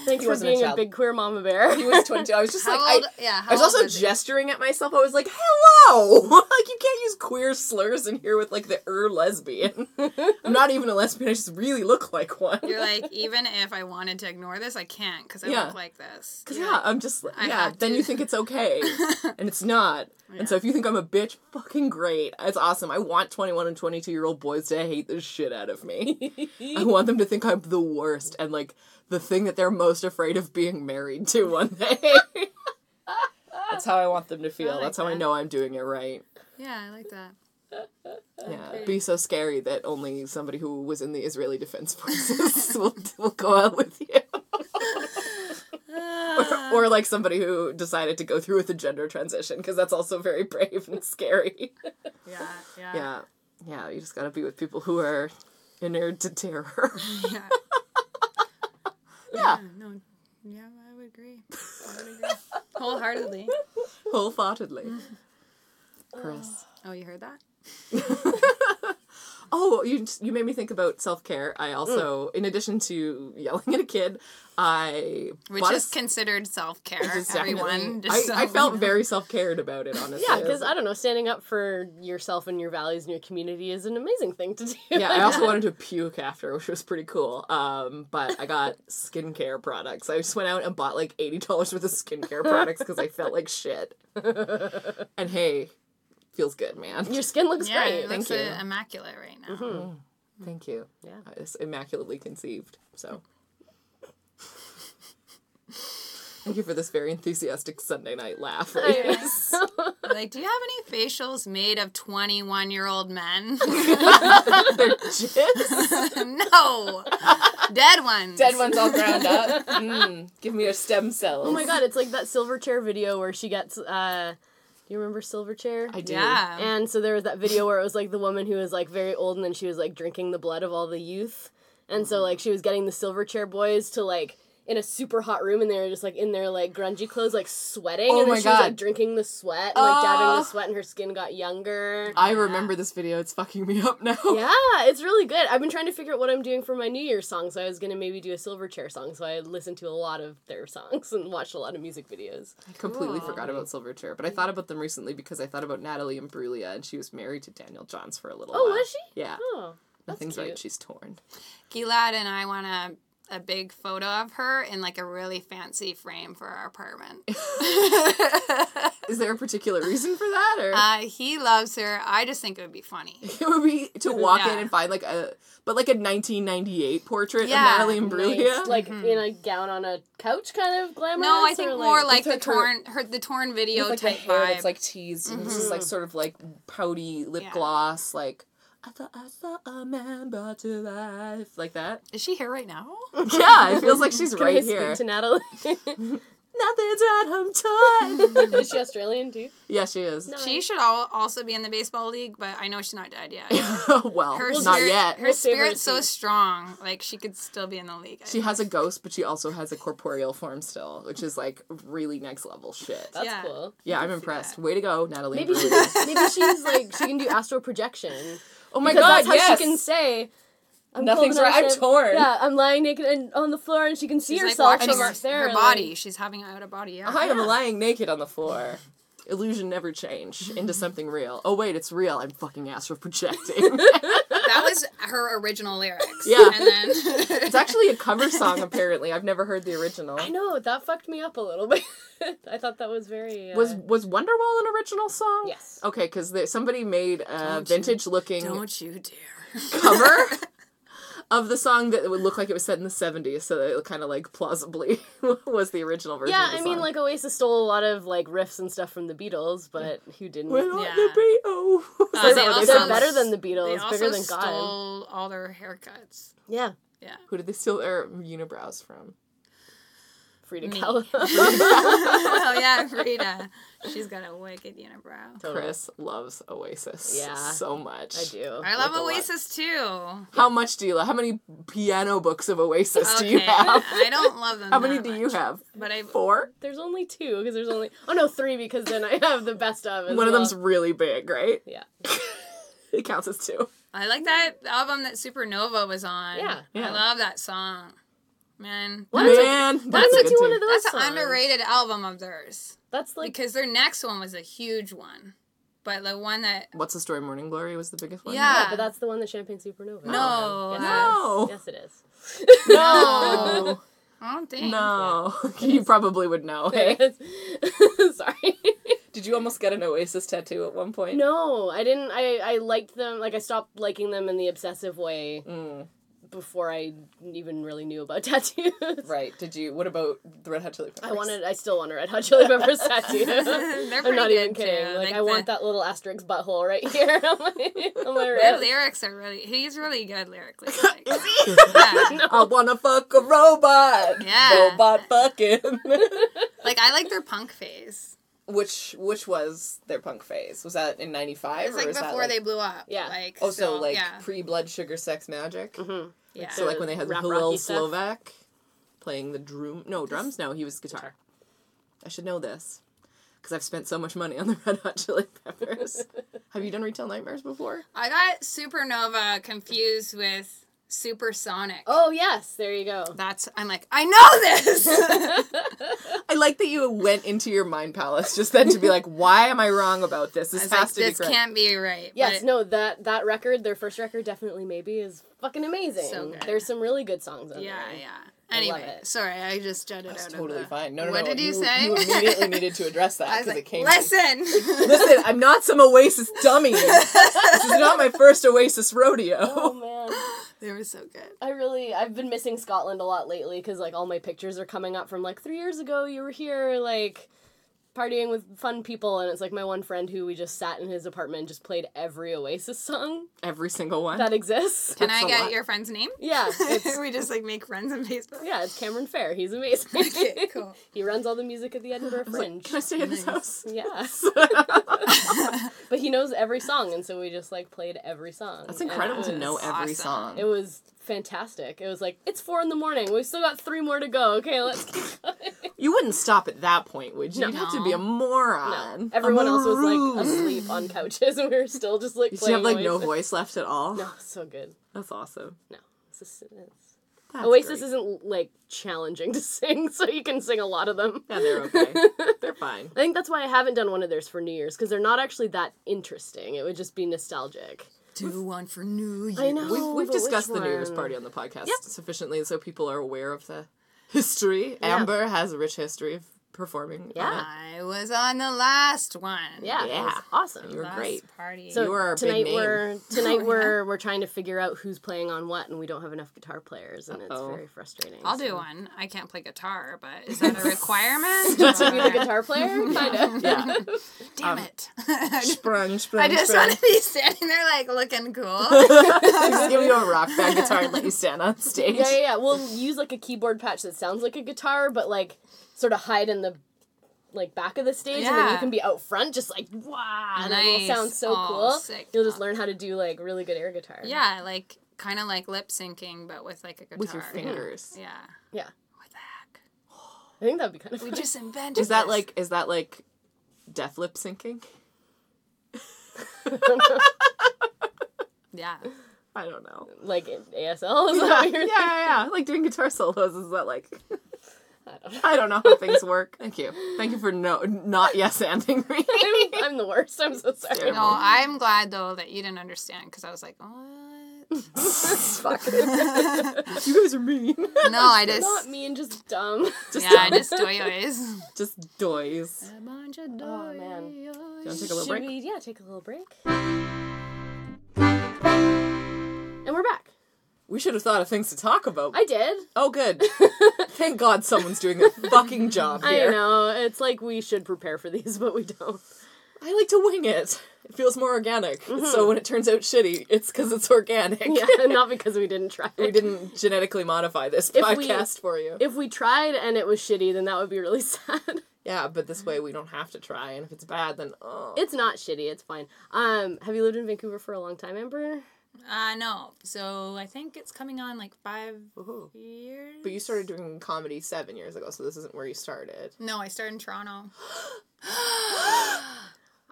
Thanks for wasn't a being a, child. big queer mama bear. <laughs> he was 22. I was just like, How I, old? yeah. How I was old also was he? gesturing at myself. I was like, hello! <laughs> like, you can't use queer slurs in here with, like, the er <laughs> lesbian. I'm not even a lesbian. I just really look like one. You're like, even if I wanted to ignore this, I can't because I Yeah. look like this. Cause You're yeah, uh, I'm just like, I yeah. have Then to. you think it's <laughs> okay, and it's not. And so if you think I'm a bitch, fucking great. It's awesome. I want 21 and 22 year old boys to hate the shit out of me. <laughs> <laughs> I want them to think I'm the worst and like the thing that they're most afraid of being married to one day. <laughs> That's how I want them to feel. like That's how I that. know I'm doing it right. Yeah, I like <laughs> that. Yeah, be so scary that only somebody who was in the Israeli Defense Forces <laughs> will, will go out with you. or, or like somebody who decided to go through with a gender transition because that's also very <laughs> brave and scary. Yeah, yeah, <laughs> yeah. yeah, yeah, you just gotta be with people who are inured to terror. <laughs> yeah, No, yeah, I would agree. I would agree. Wholeheartedly. wholeheartedly. <laughs> Chris. Oh, you heard that? Oh, you you made me think about self care. I also, in addition to yelling at a kid, I Which bought a is considered self care. It's definitely- Everyone. I, Just so I felt you know. very self cared about it, honestly. Yeah, because I don't know, standing up for yourself and your values and your community is an amazing thing to do. <laughs> yeah, I also <laughs> wanted to puke after, which was pretty cool. Um, but I got skincare products. I just went out and bought like eighty dollars worth of skincare products because I felt like <laughs> shit. and hey, feels good, man. your skin looks Yeah, great. it looks Thank you. Mm-hmm. uh, immaculate right now. Thank you. Yeah. I was immaculately conceived. So. Thank you for this very enthusiastic Sunday night laugh. <laughs> Anyways. Like, do you have any facials made of 21 year old <laughs> men? <laughs> They're jizz. no. Dead <laughs> ones. Dead ones all ground up. Mm, give me your stem cells. Oh my god, it's like that Silverchair video where she gets. uh Do you remember Silverchair? I do. Yeah. Mm. And so there was that video where it was like the woman who was like very old and then she was like drinking the blood of all the youth. And so like she was getting the Silverchair boys to like in a super hot room and they were just like in their like grungy clothes like sweating Oh and then my she was God. like drinking the sweat and like dabbing Oh. the sweat and her skin got younger. I remember this video. It's fucking me up now. Yeah, it's really good. I've been trying to figure out what I'm doing for my New Year's song, so I was gonna maybe do a Silverchair song. So I listened to a lot of their songs and watched a lot of music videos. I completely forgot about Silverchair, but I thought about them recently because I thought about Natalie Imbruglia, and she was married to Daniel Johns for a little Oh, while. was she? Yeah. Oh, that's Nothing's right. cute. She's torn. Gilad and I want a, a big photo of her in like a really fancy frame for our apartment. Is there a particular reason for that, <laughs> or Uh, he loves her. I just think it would be funny. it would be <laughs> to walk in Yeah. and find like a but like a 1998 portrait Yeah, of Natalie Imbruglia? Nice. Like in a gown on a couch, kind of glamorous. No, I think or, more like the with her- torn, her the torn video With, like the type hair vibe. that's like teased and it's just Mm-hmm. like sort of like pouty lip Yeah. gloss, like I thought I saw a man brought to life, like that. Is she here right now? <laughs> <laughs> Yeah, it feels like she's Can right I speak here. to Natalie? Nothing's right, I'm <laughs> tired. Is she Australian too? yeah, she is. She should all also be in the baseball league, but I know she's not <laughs> dead yet. <coughs> well, Her not spirit, yet. Her We'll save her spirit's a so seat. strong, like she could still be in the league. I she has a ghost, but she also has a corporeal form still, which is like really next level shit. That's Yeah. cool. yeah, I'm impressed. Way to go, Natalie. Maybe she, <laughs> Imbruglia. maybe she's like she can do astral projection. oh my Because god, that's how yes. she can say I'm Nothing's cold and right, I'm shivering. torn. Yeah, I'm lying naked and on the floor, and she can see She's like herself watching from her, up there. her body. She's having out of body. <laughs> Yeah. I am lying naked on the floor. Illusion never change into something real. Oh wait, it's real. I'm fucking astral <laughs> projecting. That was her original lyrics. Yeah. And then <laughs> it's actually a cover song apparently. I've never heard the original. I know that fucked me up a little <laughs> bit. I thought that was very uh, Was Oh, was Wonderwall an original song? Yes. Okay, because somebody made a you- vintage looking Don't you dare. <laughs> cover of the song that would look like it was set in the '70s, so that it kind of like plausibly <laughs> was the original version. yeah. of the I mean, song. like Oasis stole a lot of like riffs and stuff from the Beatles, but who didn't? We're on Yeah. the radio. <laughs> Uh, they Is Oh. that what also- they They're said? better than the Beatles, They bigger also than God. stole all their <laughs> haircuts. Yeah, Yeah. Who did they steal their unibrows from? Frida Me. <laughs> Kahlo. oh yeah, Frida. She's got a wicked unibrow. Chris loves Oasis Yeah. so much. I do. I love Like a lot. Oasis too. How much do you love? How many piano books of Oasis Okay. do <laughs> <laughs> you have? I don't love them. How many that do you much, have? But I Four? There's only two because there's only oh no three because then I have the best of as One of well. them's really big, right? yeah It counts as two. I like that album that Supernova was on. Yeah. Yeah. I love that song. Man. Man, that's a Why good do one of tune. those That's songs? an underrated album of theirs. That's like Because their next one was a huge one. But the one that What's the story? Morning Glory was the biggest one. Yeah. but that's the one that Champagne Supernova. No. Yes, It No. is. Yes, it is. <laughs> No. I don't think No. <laughs> you probably would know. Hey. Sorry. Did you almost get an Oasis tattoo at one point? No, I didn't. I, I liked them. Like, I stopped liking them in the obsessive way Mm, before I even really knew about <laughs> tattoos. Right. Did you? What about the Red Hot Chili Peppers? I wanted. I still want a Red Hot Chili <laughs> Peppers tattoo. <laughs> They're I'm pretty not good even kidding. too. Like, Like I want the- that little asterisk butthole right here <laughs> on <laughs> my on my their wrist. lyrics are really he's really good lyrically. Like, yeah. I wanna fuck a robot. Yeah. Robot fucking. Like I like their punk phase. <laughs> Which which was their punk phase? Was that in '95 It's like or is that before like, they blew up. Yeah. Like Oh, so like yeah. pre Blood Sugar Sex Magic. Mm-hmm. yeah. So like when they had Rap Hillel Rocky stuff. Slovak playing the drum. No drums. No, he was guitar. I should know this. Because I've spent so much money on the <laughs> Red Hot Chili <laughs> Peppers. Have you done Retail Nightmares before? I got Supernova confused with Supersonic. Oh yes, there you go. That's I'm like, I know this. I like that you went into your mind palace just then to be like, why am I wrong about this? This It's has like, to be this correct. can't be right. Yes, but no, that that record, their first record, definitely maybe is fucking amazing. So good. There's some really good songs on Yeah, there. yeah. Anyway, it. sorry, I just jutted out. Totally of the, fine. No, no, What no. did you say? You immediately needed to <laughs> address that I because was like, it came. <laughs> listen. Listen, I'm not some Oasis dummy. this is not my first Oasis rodeo. <laughs> Oh man, they were so good. I really I've been missing Scotland a lot lately because like all my pictures are coming up from like three years ago. You were here like partying with fun people, and it's like my one friend who we just sat in his apartment and just played every Oasis song Every single one. that <laughs> exists. Can I a get lot. your friend's name? yeah, <laughs> it's, we just like make friends on Facebook. yeah, it's Cameron Fair. <laughs> He's amazing. Okay, cool. <laughs> Oh he runs all the music at the Edinburgh Fringe. Can I stay at his house? Yeah. <laughs> <laughs> but he knows every song, and so we just like played every song. It's incredible and it to know was- every awesome. song. It was fantastic. It was like it's four in the morning. We still got three more to go. Okay, let's keep going. You wouldn't stop at that point, would you? You'd have to be a moron. No, A everyone else was maroon. like asleep on couches, <laughs> and we were still just like Did you playing. have like no Oasis. voice left at all? No, it's so good. That's awesome. No, it's just, it's... That's Oasis great. isn't like challenging <laughs> to sing, so you can sing a lot of them. Yeah, they're <laughs> okay. they're fine. I think that's why I haven't done one of theirs for New Year's because they're not actually that interesting. It would just be nostalgic. Do one for New Year. I know. We've, we've but which discussed Oh, the New Year's one? party on the podcast sufficiently so people are aware of the <laughs> history. Amber has a rich history of performing. Yeah. on it. I was on the last one. Yeah, it was Yeah. awesome. You were Last great. party. So You are a big tonight name. Oh, we're <laughs> tonight we're we're trying to figure out who's playing on what, and we don't have enough guitar players, and Uh-oh. it's very frustrating. I'll do one. I can't play guitar, but <laughs> is that a requirement? So. You the <laughs> Or- guitar player, kind of. Yeah. Um, Damn it. <laughs> I just- sprung, sprung, I just sprung. want to be standing there like <laughs> looking cool. Just give you a rock band guitar and let you stand on stage. Yeah, yeah, yeah. We'll use like a keyboard patch that sounds like a guitar, but like sort of hide in the like back of the stage, and then you Yeah. can be out front, just like wow, and it will Nice. sound so Aw, cool. sick. You'll just learn how to do like really good air guitar. Yeah, like kind of like lip syncing, but with like a guitar. with your fingers. Yeah. yeah. What the heck? I think that'd be kind of We fun. just invented. Is that this. like is that like deaf lip syncing? <laughs> Yeah. I don't know. <laughs> like in ASL. Is <laughs> Yeah, that what <laughs> yeah, you're yeah, yeah. Like doing guitar solos is that like <laughs> I don't know. I don't know how things work. Thank you. Thank you for no not yes anding me. <laughs> I'm, I'm the worst. I'm so sorry. No, I'm glad though that you didn't understand because I was like, <laughs> what? <laughs> <laughs> you guys are mean. No, I Not just. mean, just dumb. Just Yeah, I just doyos. <laughs> just doys. A bunch of <laughs> Oh, man. doyos. You wanna take a little Should break? we, yeah, take a little break? And we're back. We should have thought of things to talk about. I did. oh good. Thank God someone's doing a fucking job <laughs> here. I know. It's like we should prepare for these, <laughs> but we <laughs> don't. I like to wing it. It feels more organic. So Mm-hmm. when it turns out shitty, it's because it's organic. Yeah, <laughs> not because we didn't try. we didn't genetically modify this If we- podcast for you. If we tried and it was shitty, then that would be really <laughs> sad. yeah, but this way we don't have to try. And if it's bad, then oh. It's not shitty. It's fine. Um, have you lived in Vancouver for a long time, Amber? Uh, no. So I think it's coming on like five years. But you started doing comedy seven years ago, so this isn't where you started. No, I started in Toronto.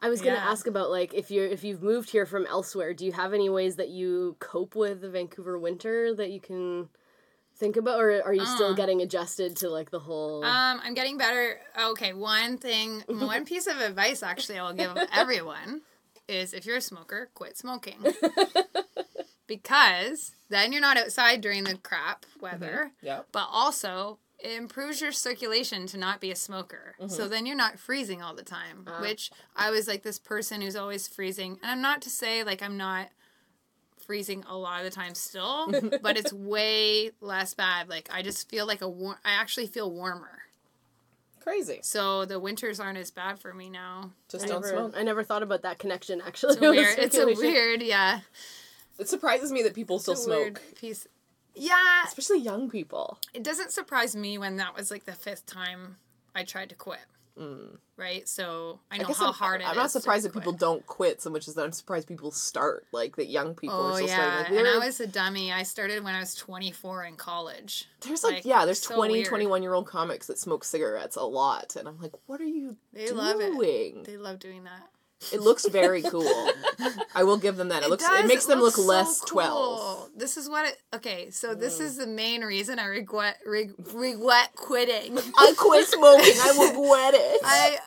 I was gonna Yeah. ask about like if you're if you've moved here from elsewhere, do you have any ways that you cope with the Vancouver winter that you can think about, or are you Uh. still getting adjusted to like the whole? Um, I'm getting better. Okay, one thing, one piece of advice actually I will give everyone is if you're a smoker, quit smoking. because then you're not outside during the crap weather. Yeah. But also, it improves your circulation to not be a smoker. So then you're not freezing all the time, which I was like this person who's always freezing. And I'm not to say like I'm not freezing a lot of the time still, but it's way less bad. Like I just feel like a warm. I actually feel warmer. Crazy. So the winters aren't as bad for me now. Just I don't never, smoke. I never thought about that connection actually. <laughs> It's a weird. It's a weird. Yeah. It surprises me that people still It's a smoke, piece. Yeah, especially young people. it doesn't surprise me when that was like the fifth time I tried to quit. Right. So I know Mm. guess how I'm, hard it is. I'm not to surprised that quit. people don't quit so much as that I'm surprised people start. Like that young people are Oh still yeah, starting. Like, and I there- was a dummy. I started when I was 24 in college. there's like, like, yeah, there's so twenty, twenty-one 20, 21 weird. year old comics that smoke cigarettes a lot. And I'm like, what are you They doing? love it. They love doing that. It looks <laughs> very cool. I will give them that. It, looks does, it makes them look looks so less cool. twelve. Mm. This is what it, okay, so this is the main reason I regret reg, regret <laughs> quitting. I <laughs> quit smoking. I regret it. I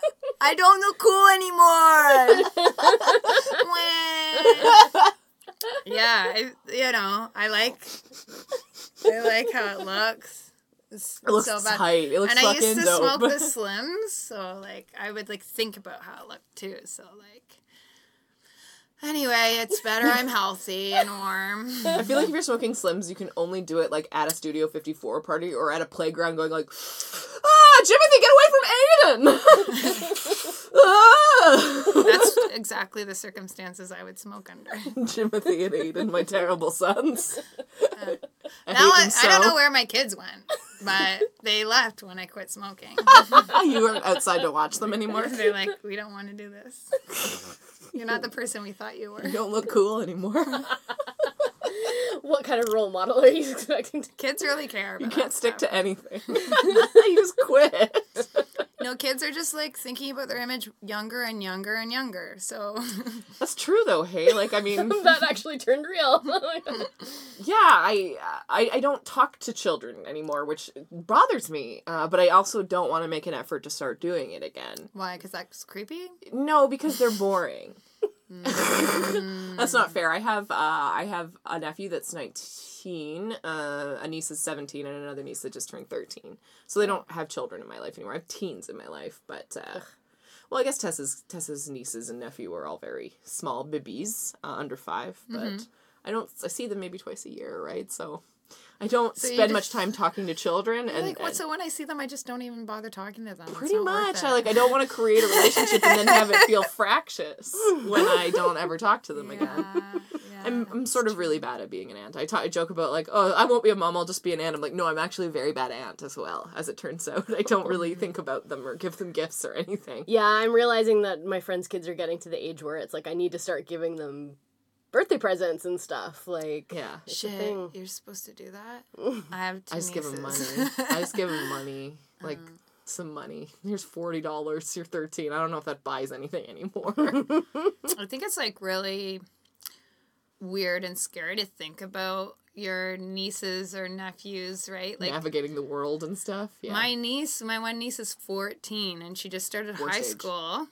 I don't look cool <laughs> anymore. Wah. yeah, I, you know, I like I like how it looks. It's it looks so bad. tight. It looks and I fucking used to dope. smoke the <laughs> slims, so like I would like think about how it looked too. So like anyway, it's better I'm healthy <laughs> and warm. I feel like if you're smoking slims, you can only do it like at a Studio 54 party or at a playground, going like, "Ah, Jimothy, get away <laughs> from Aiden!" <laughs> ah! <laughs> That's exactly the circumstances I would smoke under. Jimothy and Aiden, my terrible <laughs> sons. I Now hate I, them so. I don't know where my kids went, but they left when I <laughs> quit smoking. you weren't outside to watch them anymore. They're like, we don't want to do this. You're not the person we thought you were. You don't look cool anymore. <laughs> What kind of role model are you <laughs> expecting? To... Kids really care. About You can't that stick stuff. to anything. <laughs> you just quit. No, kids are just like thinking about their image younger and younger and younger. So <laughs> That's true though. Hey, like I mean, that actually turned real. <laughs> yeah, I, I I don't talk to children anymore, which bothers me. Uh, but I also don't want to make an effort to start doing it again. why? Because that's creepy. No, because they're boring. <laughs> Mm. that's not fair. I have uh, I have a nephew that's nineteen, uh, a niece is seventeen, and another niece that just turned thirteen. So they don't have children in my life anymore. I have teens in my life, but uh, well, I guess Tessa's Tessa's nieces and nephew are all very small bibbies, uh, under five. But Mm-hmm. I don't I see them maybe twice a year, right? So I don't you spend just- much time talking to children, and, and- Like, what's so when I see them, I just don't even bother talking to them. It's Pretty not worth much. it. I like I don't want to create a <laughs> relationship and then have it feel fractious when <laughs> I don't ever talk to them again. Yeah, Yeah. I'm, I'm sort of really bad at being an aunt. I, ta- I joke about like, oh, I won't be a mom. I'll just be an aunt. I'm like, no, I'm actually a very bad aunt as well. As it turns out, I don't really Mm. think about them or give them gifts or anything. Yeah, I'm realizing that my friends' kids are getting to the age where it's like I need to start giving them birthday presents and stuff. Like, <laughs> Yeah, it's a Shit, thing. you're supposed to do <laughs> that. I have. Two I just give them money. nieces. Mm. I just give them <laughs> money, like some money. Here's forty dollars. You're thirteen. I don't know if that buys anything anymore. I think it's like really weird and scary to think about your nieces or nephews, right? <laughs> Like Navigating the world and stuff. Yeah, my niece, my one niece is 14 and she just started Worst high age. school.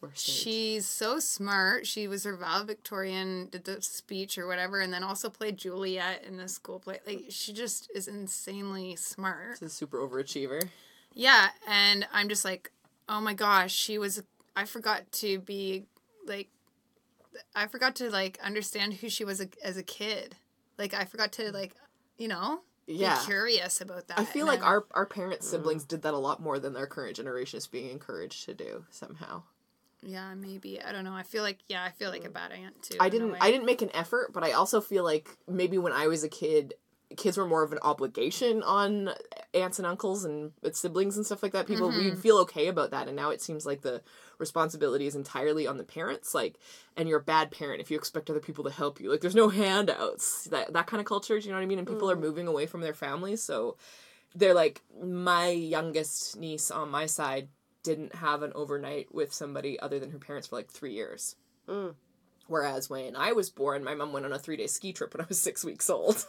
Worst age. She's so smart. She was her valedictorian, did the speech or whatever, and then also played Juliet in the school play. Like she just is insanely smart. She's a super overachiever. Yeah, and I'm just like, oh my gosh, she was. I forgot to be like, I forgot to like understand who she was a, as a kid. Like I forgot to like, you know, Yeah. be curious about that. I feel And like I'm- Mm. our, our parents' siblings did that a lot more than their current generation is being encouraged to do somehow. yeah, maybe I don't know. I feel like yeah, I feel like a bad aunt too. Mm. I in a didn't way. I didn't make an effort, but I also feel like maybe when I was a kid, kids were more of an obligation on aunts and uncles and siblings and stuff like that. People we'd feel okay about that, and now it seems like the responsibility is entirely on the parents. Like, and you're a bad parent if you expect other people to help you. Like, there's no handouts. That that kind of culture. Do you know what I mean? And people are moving away from their families, so they're like my youngest niece on my side didn't have an overnight with somebody other than her parents for like three years. Whereas when I was born, my mom went on a three day ski trip when I was six weeks old.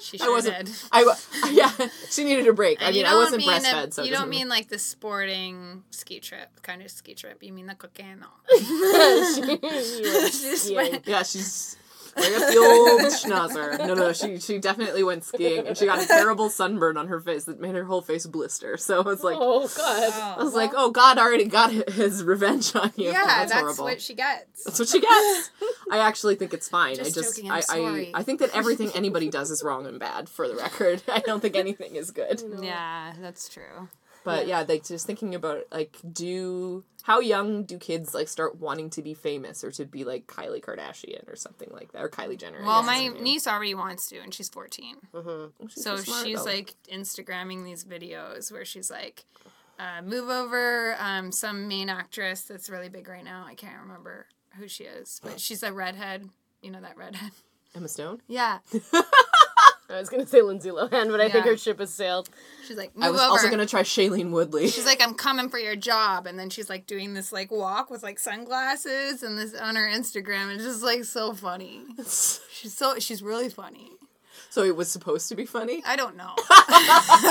She I sure wasn't. did. I wa- <laughs> yeah, she needed a break. I And you mean, I don't wasn't mean a- breastfed, so it you don't doesn't- mean like the sporting ski trip kind of ski trip. You mean the cocaine. <laughs> <laughs> She- <laughs> Just Yeah. went- Yeah, she's like a the old schnozzer. No, no, she she definitely went skiing and she got a terrible sunburn on her face that made her whole face blister. So it's like. oh god. Oh. I was like, oh, God already got hi- his revenge on you. yeah, that's, that's, horrible. what she gets. That's what she <laughs> gets. I actually think it's fine. Just I just joking, I'm I, sorry. I I think that everything anybody does is wrong and bad for the record. <laughs> I don't think anything is good. Yeah, that's true. But yeah, like just thinking about like do how young do kids like start wanting to be famous or to be like Kylie Kardashian or something like that or Kylie Jenner? I Well, guess my is her name. niece already wants to, and she's 14. Mm-hmm. So smart, she's though. like Instagramming these videos where she's like, uh, move over um, some main actress that's really big right now. I can't remember who she is, but she's a redhead. You know that redhead? <laughs> Emma Stone. Yeah. I was gonna say Lindsay Lohan, but I think Yeah. her ship has sailed. She's like, <laughs> I move was over. also gonna try Shailene Woodley. <laughs> She's like, I'm coming for your job. And then she's like doing this like walk with like sunglasses and this on her Instagram. It's just like so funny. <laughs> She's so, she's really funny. so it was supposed to be funny. I don't know.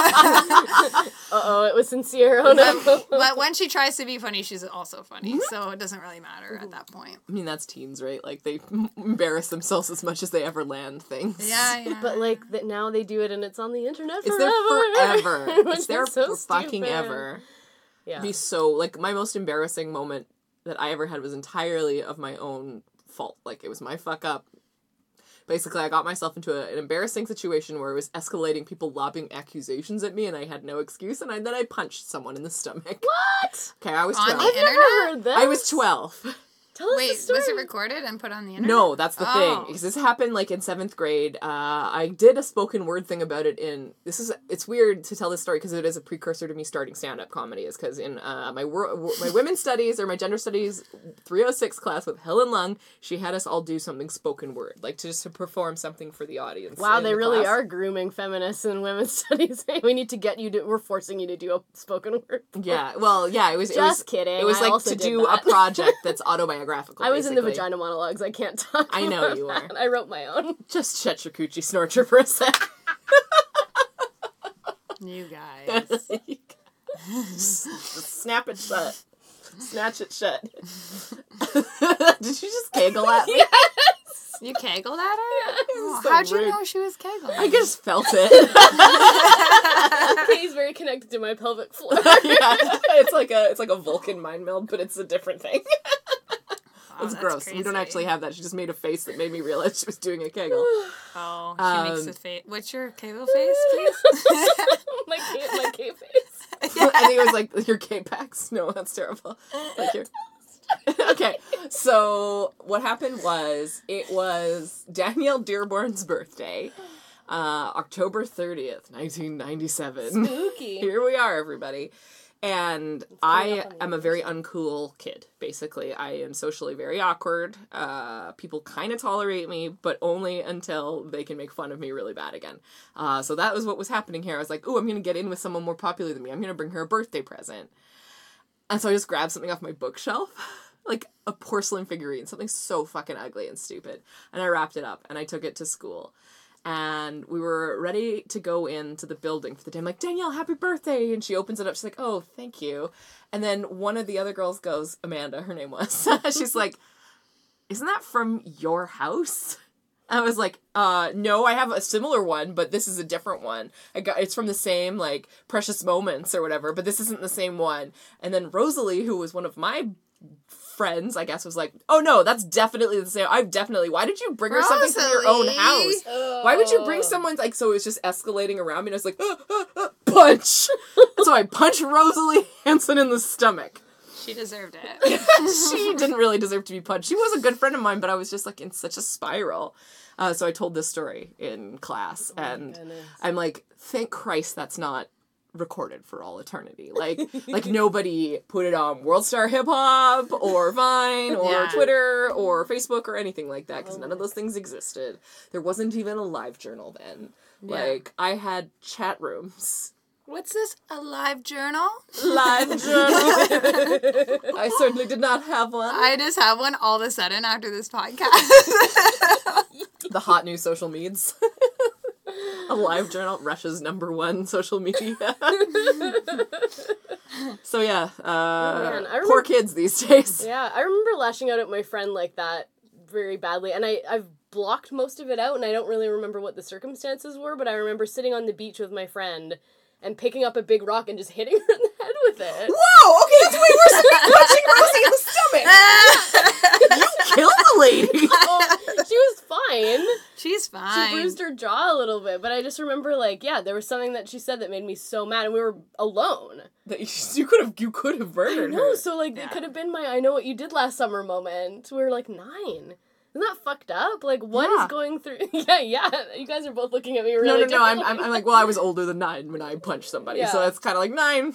Uh oh, it was sincere. Oh no. but when she tries to be funny, she's also funny. So it doesn't really matter at that point. I mean, that's teens, right? Like they <laughs> embarrass themselves as much as they ever land things. <laughs> Yeah, yeah. <laughs> But like that now they do it and it's on the internet It's forever. there <laughs> forever. Which it's there is so for fucking stupid. ever. Yeah. Be so like my most embarrassing moment that I ever had was entirely of my own fault. Like it was my fuck up. Basically, I got myself into a, an embarrassing situation where it was escalating, people lobbing accusations at me, and I had no excuse. And I, then I punched someone in the stomach. What? Okay, I was On the twelve. Never Internet? heard that. I was twelve. Tell us Wait, the story. was it recorded and put on the internet? No, that's the Oh. thing. Because this happened like in seventh grade. Uh, I did a spoken word thing about it in this is it's weird to tell this story because it is a precursor to me starting stand up comedy. Is because in uh, my wor- wor- my women's studies or my gender studies 306 class with Helen Lung, she had us all do something spoken word, like to just to perform something for the audience. Wow, in they the really class. are grooming feminists and women's <laughs> studies. we need to get you to. We're forcing you to do a spoken word. Yeah, well, yeah, it was it was- Just kidding, It was I like also to did do that. a project that's <laughs> autobiographical. I was in the basically. vagina monologues. I can't talk. I know about you are. that. I wrote my <laughs> own. <laughs> Just shut your coochie snorcher for a sec. <laughs> You guys. snap it shut. Snatch it shut. <laughs> Did you just giggle at me? you kegled <laughs> at her? Well, so how'd you rude. know she was kegling? I just felt <laughs> it. Katie's very connected to my pelvic floor. <laughs> yeah, it's like a it's like a Vulcan mind meld, but it's a different thing. Oh, it's that's gross. We don't crazy. actually have that. She just made a face that made me realize she was doing a keggle. Oh, she makes Um, a face. What's your kegel face, <laughs> please? my Kate, my Kate face. <laughs> I think it was like your K packs. No, that's terrible. Like your. <laughs> okay. So what happened was it was Danielle Dearborn's birthday, uh, October thirtieth, nineteen ninety seven. Spooky. <laughs> Here we are, everybody. And I am a very uncool kid, basically. I am socially very awkward. Uh, people kind of tolerate me, but only until they can make fun of me really bad again. Uh, so that was what was happening here. I was like, oh, I'm going to get in with someone more popular than me. I'm going to bring her a birthday present. And so I just grabbed something off my bookshelf, <laughs> like a porcelain figurine, something so fucking ugly and stupid. And I wrapped it up and I took it to school. And we were ready to go into the building for the day. I'm like, Danielle, happy birthday. And she opens it up. She's like, oh, thank you. And then one of the other girls goes, Amanda, her name was. <laughs> She's like, isn't that from your house? <laughs> I was like, uh, no, I have a similar one, but this is a different one. I got it's from the same like precious moments or whatever, but this isn't the same one. And then Rosalie, who was one of my friends, I guess, was like, oh no, that's definitely the same. I've definitely. Why did you bring her something from your own Rosalie? house? Why would you bring someone like so? It was just escalating around me, and I was like, "Ah, ah, ah," punch. <laughs> so I punched Rosalie <laughs> Hanson in the stomach. She deserved it. <laughs> she didn't really deserve to be punched. She was a good friend of mine, but I was just like in such a spiral. Uh, so I told this story in class, and I'm like, thank Christ that's not recorded for all eternity. Like, like nobody put it on World Star Hip Hop or Vine or Yeah. Twitter or Facebook or anything like that because none of those things existed. There wasn't even a live journal then. Like, I had chat rooms What's this? A live journal? live journal. I certainly did not have one. I just have one all of a sudden after <laughs> this podcast. <laughs> the hot new social meds. <laughs> a live journal, Russia's number one social media. <laughs> so yeah, uh, Oh, man, I remember- poor kids these <laughs> days. Yeah, I remember lashing out at my friend like that very badly, and I I've blocked most of it out, and I don't really remember what the circumstances were, but I remember sitting on the beach with my friend and picking up a big rock and just hitting <laughs> her in the head with it. Whoa, okay, that's way worse than punching Rosie in the stomach. You killed the lady. Oh, she was fine. She's She fine. bruised her jaw a little bit, but I just remember like, yeah, there was something that she said that made me so mad, and we were alone. <laughs> That you- you could have, you could have murdered No, her. so like it could have been my I know what you did last summer moment. We were like nine. Isn't that fucked up? Like what is Yeah. going through? <laughs> yeah, yeah. You guys are both looking at me really. No, no, no. I'm, differently. I'm, I'm like, well, I was older than nine when I punched somebody, so Yeah. that's kind of like nine.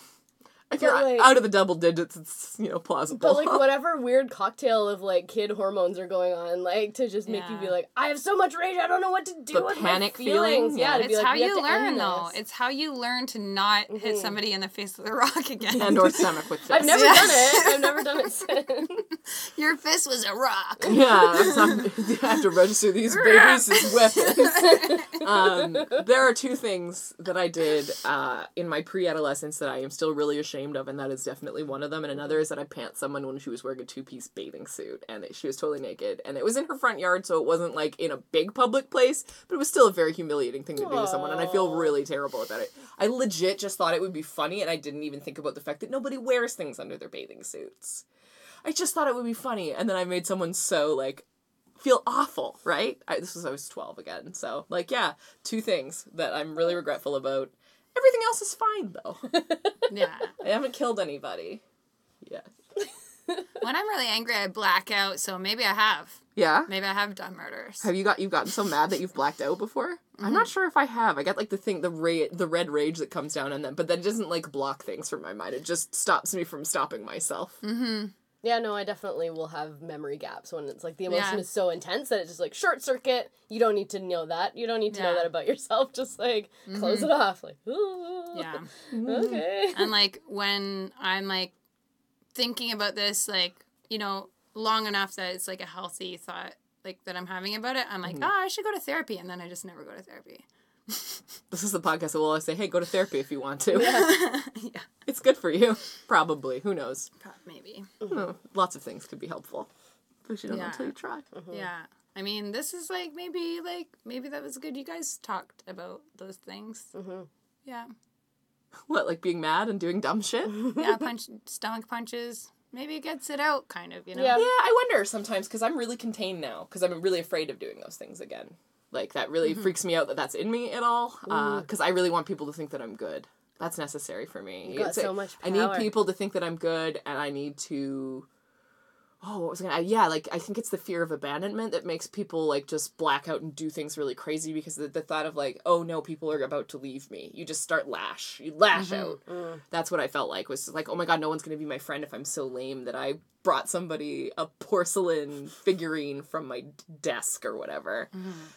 If you're like- out of the double digits, it's you know plausible. <laughs> But like <laughs> whatever weird cocktail of like kid hormones are going on, like to just make you be Yeah. like, I have so much rage, I don't know what to do. The with my panic feelings. feeling, yeah. yeah. to be It's like, how we have you to end learn, though. this. It's how you learn to not hit somebody in the face with a rock <laughs> again. <laughs> and or stomach with fists. I've <laughs> never Yeah. done it. I've never <laughs> done it since. Your fist was a rock. Yeah, it's not- I have to register these babies as weapons. Um, there are two things that I did uh, in my pre-adolescence that I am still really ashamed of, and that is definitely one of them. And another is that I pants someone when she was wearing a two-piece bathing suit, and it- she was totally naked, and it was in her front yard, so it wasn't like in a big public place, but it was still a very humiliating thing to do to someone, and I feel really terrible about it. I legit just thought it would be funny, and I didn't even think about the fact that nobody wears things under their bathing suits. I just thought it would be funny, and then I made someone so like feel awful, right? I, this was I was twelve again, so like yeah, two things that I'm really regretful about. Everything else is fine though. <laughs> Yeah. I haven't killed anybody. Yeah. When I'm really angry, I black out. So maybe I have. Yeah. Maybe I have done murders. Have you got you've gotten so mad that you've blacked out before? I'm not sure if I have. I got like the thing the ra- the red rage that comes down and then but that doesn't like block things from my mind. It just stops me from stopping myself. Mm-hmm. Yeah, no, I definitely will have memory gaps when it's like the emotion Yeah. is so intense that it's just like short circuit. You don't need to know that. You don't need to know Yeah. Mm-hmm. that about yourself. <laughs> Just like close it off. Like, ooh, Yeah. <laughs> okay. And like when I'm like thinking about this, like, you know, long enough that it's like a healthy thought, like that I'm having about it, I'm like, oh, I should go to therapy. And then I just never go to therapy. This is the podcast that will always say, "Hey, go to therapy if you want <laughs> to. yeah. It's good for you." Probably. Who knows? prob- Maybe. No, Hmm, lots of things could be helpful, but you don't know until Yeah. you try. Yeah. I mean, this is like maybe, like, maybe that was good. You guys talked about those things. Yeah. What, like being mad and doing <laughs> dumb shit? yeah, Yeah. Punch, stomach punches. Maybe it gets it out, kind of, you know? Yeah. I wonder sometimes because I'm really contained now because I'm really afraid of doing those things again. Like that really Mm-hmm. freaks me out that that's in me at all because I really want people to think that I'm good. That's necessary for me. got It's a- so much I need power. people to think that I'm good, and I need to oh, what was I gonna? Yeah, like I think it's the fear of abandonment that makes people like just black out and do things really crazy because the, the thought of like, oh no, people are about to leave me. You just start lash, you lash out. That's what I felt like was just like, oh my god, no one's gonna be my friend if I'm so lame that I brought somebody a porcelain figurine from my d- desk or whatever.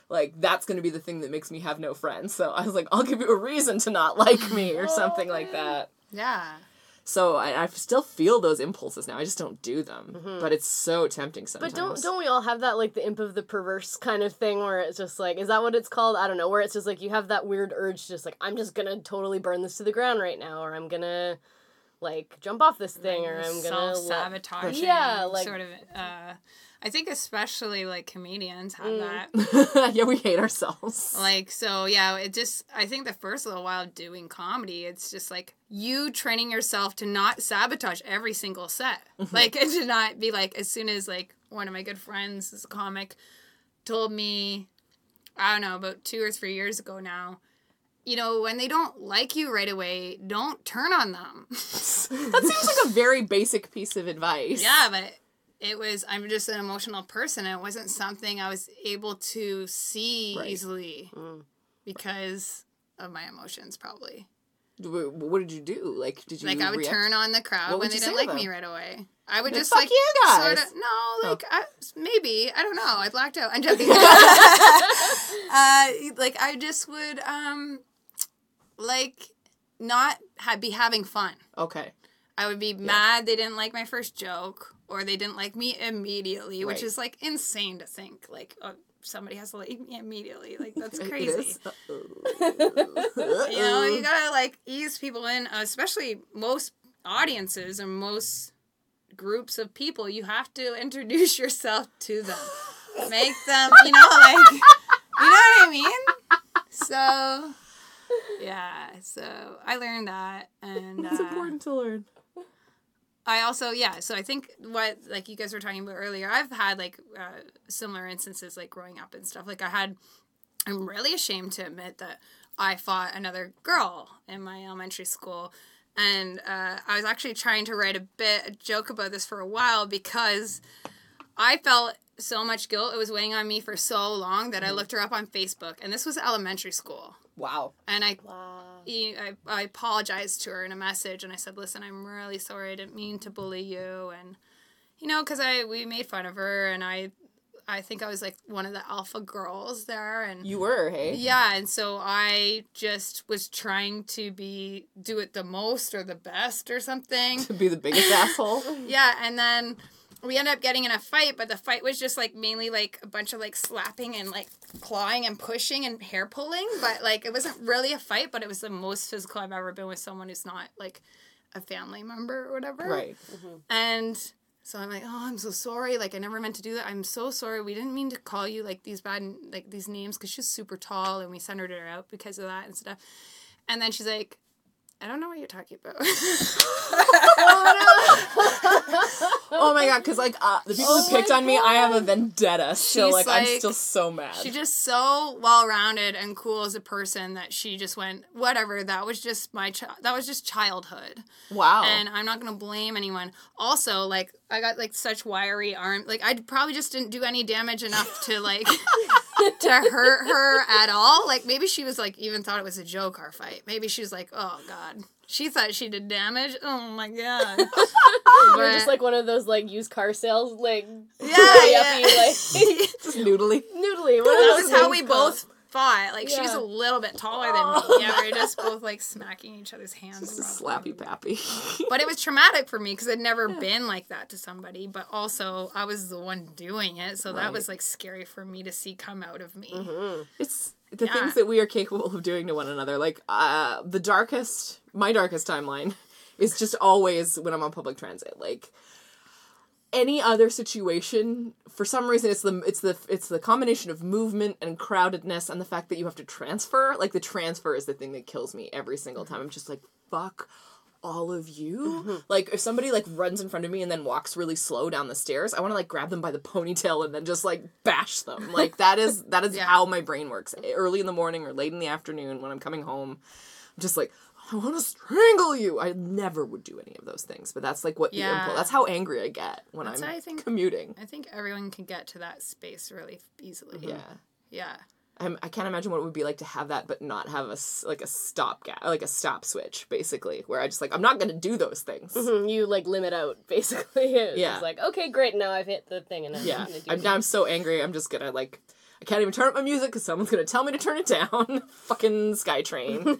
Like that's gonna be the thing that makes me have no friends. So I was like, I'll give you a reason to not like me or something like that. Yeah. So I, I still feel those impulses now. I just don't do them. Mm-hmm. But it's so tempting sometimes. But don't don't we all have that like the imp of the perverse kind of thing where it's just like is that what it's called? I don't know. Where it's just like you have that weird urge to just like I'm just gonna totally burn this to the ground right now, or I'm gonna like jump off this thing, or I'm gonna self sabotage. Yeah, like- sort of. Uh, I think especially like comedians Mm. have that. <laughs> yeah, we hate ourselves. Like so, yeah. It just I think the first little while doing comedy, it's just like you training yourself to not sabotage every single set, Mm-hmm. like <laughs> and to not be like as soon as like one of my good friends is a comic, told me, I don't know about two or three years ago now. You know, when they don't like you right away, don't turn on them. that seems <laughs> like a very basic piece of advice. Yeah, but it was I'm just an emotional person. It wasn't something I was able to see Right. Mm. easily because of my emotions probably. W- What did you do? Like, did you Like I would react- turn on <laughs> the crowd What when would they you didn't say like to me them? right away. I would Like, just "Fuck like you sorta- guys." Oh. no, like I, maybe I don't know. I blacked out. <laughs> I'm joking. <laughs> uh, like I just would um, like not ha- be having fun. <laughs> Okay. I would be mad they didn't like my first joke or they didn't like me immediately, which Right. is like insane to think. Like, oh, somebody has to like me immediately. Like, that's <laughs> It crazy. <laughs> is. Uh-oh. You know, you gotta like ease people in, uh, especially most audiences and most groups of people. You have to introduce yourself to them, make them, <laughs> you know, like, you know what I mean? So, yeah, so I learned that. And It's uh, important to learn. I also yeah. So I think what like you guys were talking about earlier, I've had like uh, similar instances like growing up and stuff. Like I had, I'm really ashamed to admit that I fought another girl in my elementary school, and uh, I was actually trying to write a bit a joke about this for a while because I felt so much guilt. It was weighing on me for so long that I looked her up on Facebook, and this was elementary school. Wow. And I, e- I, I apologized to her in a message, and I said, "Listen, I'm really sorry. I didn't mean to bully you." And you know, because I we made fun of her, and I, I think I was like one of the alpha girls there, and You were, hey? yeah, and so I just was trying to be do it the most or the best or something. To be the <laughs> biggest asshole. Yeah, and then we ended up getting in a fight, but the fight was just like mainly like a bunch of like slapping and like clawing and pushing and hair pulling. But like it wasn't really a fight, but it was the most physical I've ever been with someone who's not like a family member or whatever. Right. And so I'm like, oh, I'm so sorry. Like I never meant to do that. I'm so sorry. We didn't mean to call you like these bad like these names because she's super tall and we centered her out because of that and stuff. And then she's like, I don't know what you're talking about. <laughs> Oh my god, because like uh, the people who picked on me, I have a vendetta. So Oh She's like, I'm like- still so mad. She's just so well rounded and cool as a person that she just went whatever. That was just my chi- that was just childhood, wow. and I'm not gonna blame anyone. Also, like I got like such wiry arm, like I probably just didn't do any damage enough <laughs> to like to hurt her at all. Like maybe she was like even thought it was a joke our fight. Maybe she was like, oh god, she thought she did damage. Oh my god, <laughs> You're just like one of those like used car sales like <laughs> yeah, yeah. yuppie like Just noodly. noodly. What that are was those how things we called? both fought. Like she was Yeah. a little bit taller than me. Yeah, we were just both like smacking each other's hands. Just probably. slappy pappy. <laughs> But it was traumatic for me because I'd never been like that to somebody. But also, I was the one doing it, so that was like scary for me to see come out of me. It's the Yeah. things that we are capable of doing to one another. Like uh, the darkest, my darkest timeline is just always when I'm on public transit. Like any other situation, for some reason, it's the it's the it's the combination of movement and crowdedness and the fact that you have to transfer. Like the transfer is the thing that kills me every single time. I'm just like fuck all of you like if somebody like runs in front of me and then walks really slow down the stairs i want to like grab them by the ponytail and then just like bash them like that is E, that is how my brain works early in the morning or late in the afternoon when i'm coming home i'm just like oh I want to strangle you. I never would do any of those things, but that's like what the Yeah. impulse. That's how angry I get when That's I'm how I think- commuting. I think everyone can get to that space really easily. Yeah. Yeah. I'm, I can't imagine what it would be like to have that, but not have a s- like a stop ga- like a stop switch, basically, where I just like I'm not gonna do those <laughs> things. Mhm, you like limit out basically. <laughs> It's Yeah. just like okay, great. Now I've hit the thing, and I'm Yeah, gonna do I'm now I'm so angry. I'm just gonna like I can't even turn up my music because someone's gonna tell me to turn it down. <laughs> Fucking <laughs> SkyTrain.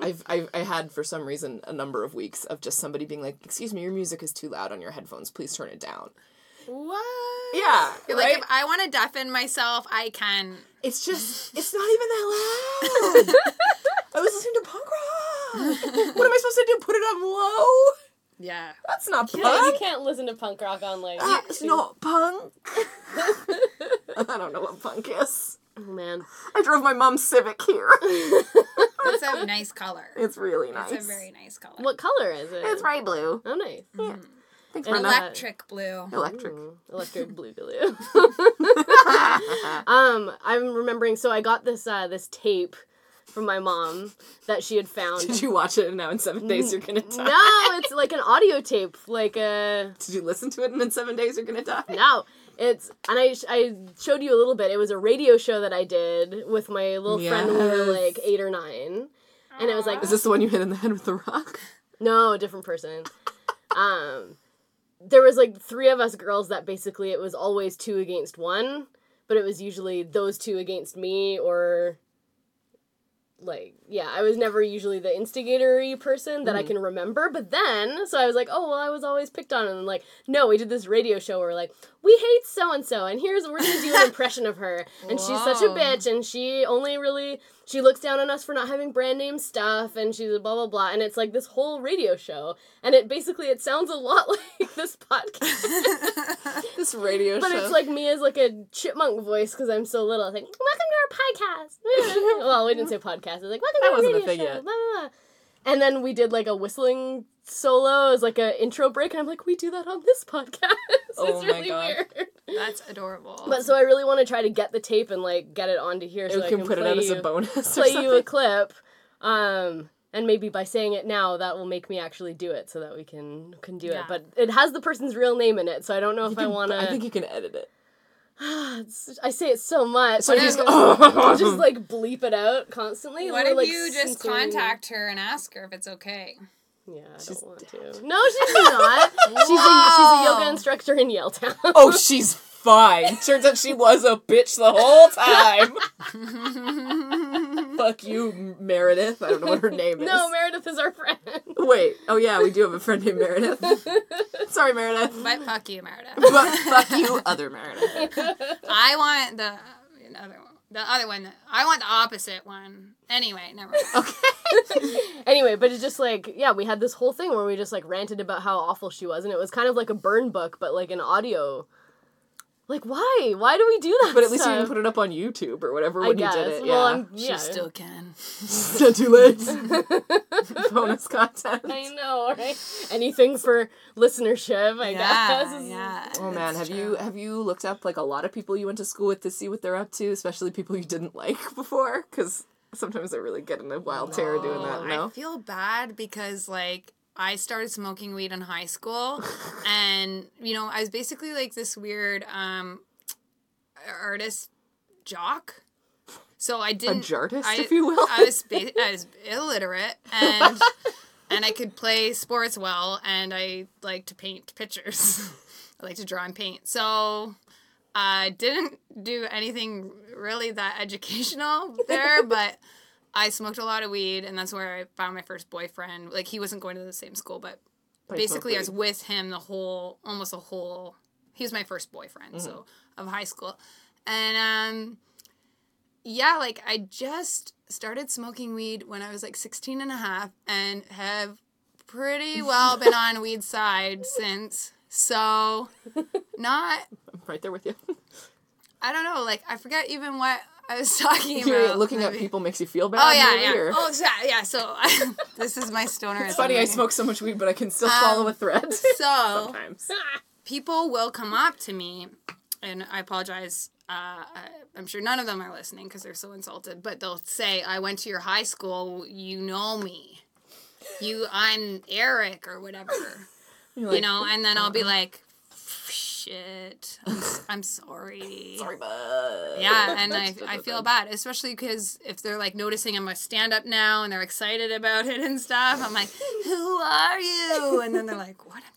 I've, I've I had for some reason a number of weeks of just somebody being like, "Excuse me, your music is too loud on your headphones. Please turn it down." What? Yeah, You're right? Like if I want to deafen myself, I can. It's <laughs> just, it's not even that loud. I was listening to punk rock. What am I supposed to do? Put it on low? Yeah. That's not Yeah, you punk. Uh, can't listen to punk rock on like. That's not punk. <laughs> I don't know what punk is. <laughs> Oh, man, I drove my mom's <laughs> Civic here. It's a nice color. It's really nice. It's a very nice color. what color is it? It's Mm. bright blue. Oh, nice. Thanks And for elec- that. Electric blue. Electric. Mm, <laughs> Electric blue blue. <laughs> um, I'm remembering. So I got this uh this tape from my mom that she had found. Did you watch it and now in seven days you're gonna die? no, it's like an audio tape, like a Did you listen to it and in seven days you're gonna die? no. It's and I sh- I showed you a little bit. It was a radio show that I did with my little friend when we were Yes. like eight or nine, and it was like Is this the one you hit in the head with the rock? No, different person. um, there was like three of us girls that basically it was always two against one, but it was usually those two against me or like yeah, I was never usually the instigatory person that I can remember. But then, so I was like, oh well, I was always picked on, and like no, we did this radio show where we're like we hate so and so, and here's we're gonna do an impression of her, and she's such a Wow. bitch, and she only really she looks down on us for not having brand name stuff and she's a blah blah blah and it's like this whole radio show and it basically it sounds a lot <laughs> like this podcast This radio but show. it's like me as like a chipmunk voice because i'm so little it's like welcome to our podcast <laughs> well we didn't say podcast it's like welcome That to our wasn't a radio thing show yet. blah, blah, blah. and then we did like a whistling solo as like a intro break and i'm like we do that on this <laughs> podcast Oh it's my really God. weird That's adorable. but so i really want to try to get the tape and like get it onto here so we i can, put it play out as a you- bonus or play something. you a clip. Um, and maybe by saying it now, that will make me actually do it so that we can can do it. Yeah. But it has the person's real name in it, so I don't know if I You can- want to. I think you can edit it. I say it so much. So <laughs> you <laughs> just Oh. go. just like bleep it out constantly. what We're, if like, you just sincerely- contact her and ask her if it's okay? Yeah, I <laughs> don't want to. No, she's not. she's a she's a Wow. yoga instructor in Yaletown. <laughs> oh, she's fine. Turns out she was a bitch the whole <laughs> time. <laughs> Fuck you, Meredith. I don't know what her name <laughs> is. no, Meredith is our friend. <laughs> Wait. Oh yeah, we do have a friend named Meredith. Sorry, Meredith. But fuck you, Meredith. But <laughs> fuck you, other Meredith. <laughs> I want the the other one. The other one. I want the opposite one. Anyway, never <laughs> mind. anyway, but it's just like yeah, we had this whole thing where we just like ranted about how awful she was, and it was kind of like a burn book, but like an audio. Like why? Why do we do that? But at least you stuff? can put it up on YouTube or whatever I when guess. you did it. Well, yeah. I'm yeah. can. It's not <laughs> too late. Bonus content. <laughs> I <laughs> know, right? Anything for listenership, I Yeah, guess. <laughs> yeah. Oh man, have you have you looked up like a lot of people you went to school with to see what they're up to, especially people you didn't like <laughs> before? Because sometimes I really get in a wild terror doing that. I No, feel bad because like I started smoking weed in high <laughs> school, and you know I was basically like this weird um artist jock. So I a didn't. jartist, I, if you will. I was ba- I was illiterate <laughs> and and I could play sports well and I like to paint pictures. <laughs> I like to draw and paint. So I didn't do anything really that <laughs> educational there, but I smoked a lot of weed and that's where I found my first boyfriend. Like he wasn't going to the same school, but But I smoked basically I was weed. with him the whole almost the whole he was my first boyfriend so Mm-hmm. of high school and um yeah like I just started smoking weed when I was like 16 and a half and have <laughs> pretty well been on weed side since so not I'm right there with <laughs> you. I don't know like I forget even what I was <laughs> <laughs> talking You're about looking at Maybe- people makes you feel bad. Oh yeah, maybe, yeah. or- Oh exactly. Yeah. So <laughs> this is my stoner. It's funny I smoke so much weed, Um, <laughs> but I can still follow a thread So sometimes. people will come up to me and I apologize. Uh, I, I'm sure none of them are listening because they're so insulted. But they'll say, "I went to your high school. You know me. You, I'm Eric or whatever. you know." And then I'll be like, "Shit, I'm, s- I'm sorry." Sorry, bud. Yeah, and I, I feel bad, especially because if they're like noticing I'm a stand up now and they're excited about it and stuff, I'm like, "Who are you?" And then they're like, "What a bitch."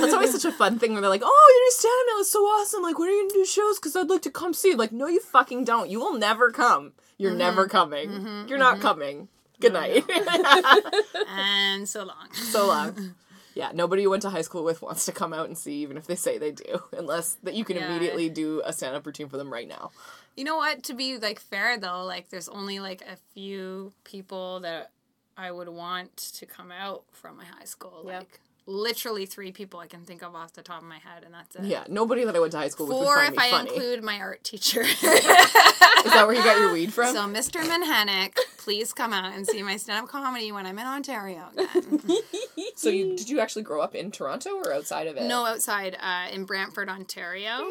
That's always such a fun thing when they're like, "Oh, you're just standing now. It's so awesome. Like, when are you gonna do shows? Because I'd like to come see." you." Like, no, you fucking don't. You will never come. You're Mm-hmm. never coming. you're not coming. Good night. <laughs> <laughs> And so long. so long. Yeah, nobody you went to high school with wants to come out and see, even if they say they do, unless that you can Yeah. immediately do a stand up routine for them right now. You know what? To be like fair though, like there's only like a few people that I would want to come out from my high school. Yeah. Like literally three people I can think of off the top of my head, and that's it. Yeah, nobody that I went to high school with would Four find if me I funny. include my <laughs> art teacher. <laughs> Is that where you got your weed from? so Mr. Manhattan, please come out and see my stand up comedy when I'm in Ontario <laughs> again. So you did you actually grow up in Toronto or outside of it? no outside, uh, in Brantford, Ontario.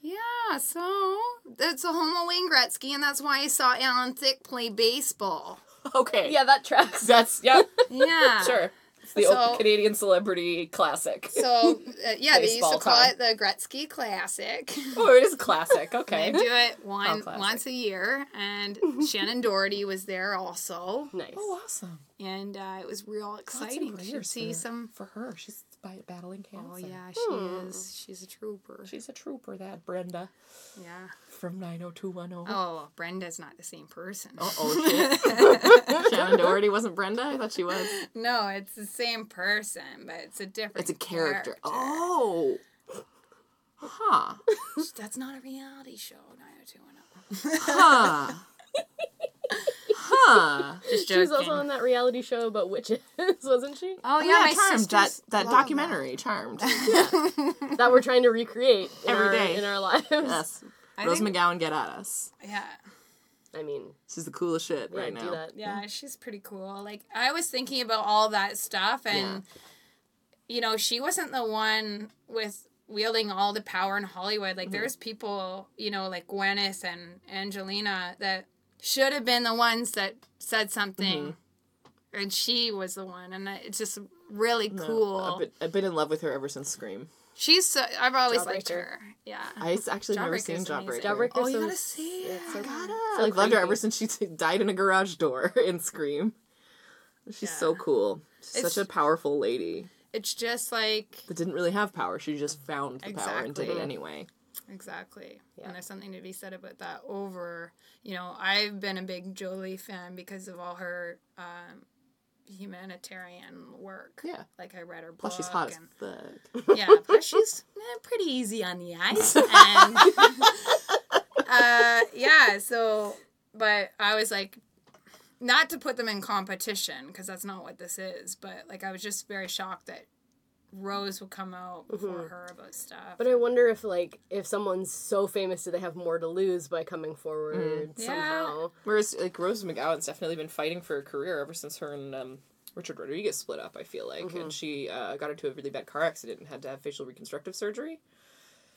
Yeah, so it's a home of Wayne Gretzky, and that's why I saw Alan Thicke play baseball. Okay. Yeah, that tracks. That's yeah. Yeah. sure. It's the So- old Canadian celebrity classic. So uh, yeah, they used to Baseball call time. it the Gretzky Classic. <laughs> oh, it is classic. Okay. They do it Oh, one classic. once a year, <laughs> and Shannon Doherty was there also, Nice. Oh, awesome. and uh, it was real exciting to see some. for her. She's by- battling cancer. Oh yeah, she is. She's a trooper. Hmm. She's a trooper, that Brenda Yeah. from 90210. Oh, Brenda's not the same person. Oh, shit. Shannon Doherty wasn't Brenda? I thought she was. <laughs> No, it's the same person, but it's a different. It's a character. Oh. Huh. That's not a reality show. 90210. Huh. huh. Just She joking. was also on that reality show about witches, <laughs> wasn't she? oh yeah, my Charmed. That, sister's that love that. documentary, <laughs> Charmed. That we're trying to recreate in Every our, day. in our lives. Yes. I Rose think- McGowan, get at us. Yeah. I mean, She's the coolest shit yeah, right do now. that. Yeah, she's pretty cool. Like I was thinking about all that stuff and you know, she wasn't the one with wielding all the power in Hollywood. Like there's people, you know, like Gwyneth and Angelina that should have been the ones that said something. And she was the one and I- it's just really cool. I've been, I've been in love with her ever since Scream. she's so, I've always liked Jawbreaker. her. Yeah. I s- actually have never Jawbreaker's seen Jawbreaker. amazing. Jawbreaker. Oh, you so- gotta see it. so- I like loved her ever since she t- died in a garage door <laughs> in Scream. She's so cool. She's It's- such a powerful lady It's just like that didn't really have power. She just found the power and did it Exactly. anyway. Exactly. Yeah. And there's something to be said about that over, you know, I've been a big Jolie fan because of all her um, humanitarian work. Yeah. Like I read her book. Plus, she's hot as and- fuck. yeah, <laughs> plus she's eh, pretty easy on the eyes. And, <laughs> uh, yeah, so, but I was like, not to put them in competition because that's not what this is, but like I was just very shocked that Rose would come out Mm-hmm. before her about stuff. But I wonder if like if someone's so famous, do they have more to lose by coming forward Mm. Yeah. somehow? Whereas, like, Rose McGowan's definitely been fighting for a career ever since her and um, Richard Rodriguez split up, I feel like. And she uh, got into a really bad car accident and had to have facial reconstructive surgery.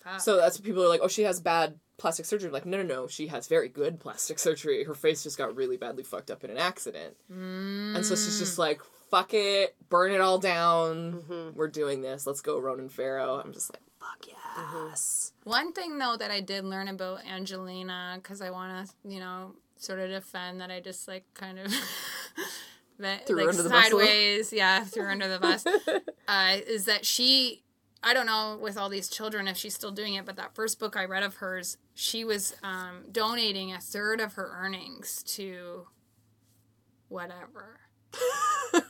Fuck. So that's what people are like, oh, she has bad plastic surgery. I'm like, no, no, no, she has very good plastic <laughs> surgery. Her face just got really badly fucked up in an accident. And so she's just like, fuck it, burn it all down. We're doing this. Let's go, Ronan Farrow. I'm just like, fuck yes. One thing though that I did learn about Angelina, because I want to, you know, sort of defend that I just like kind of <laughs> that, Threw her like under the bus a little? sideways, yeah, threw her under <laughs> the bus. Uh, is that she? I don't know with all these children if she's still doing it, but that first book I read of hers, she was um, donating a third of her earnings to whatever. <laughs>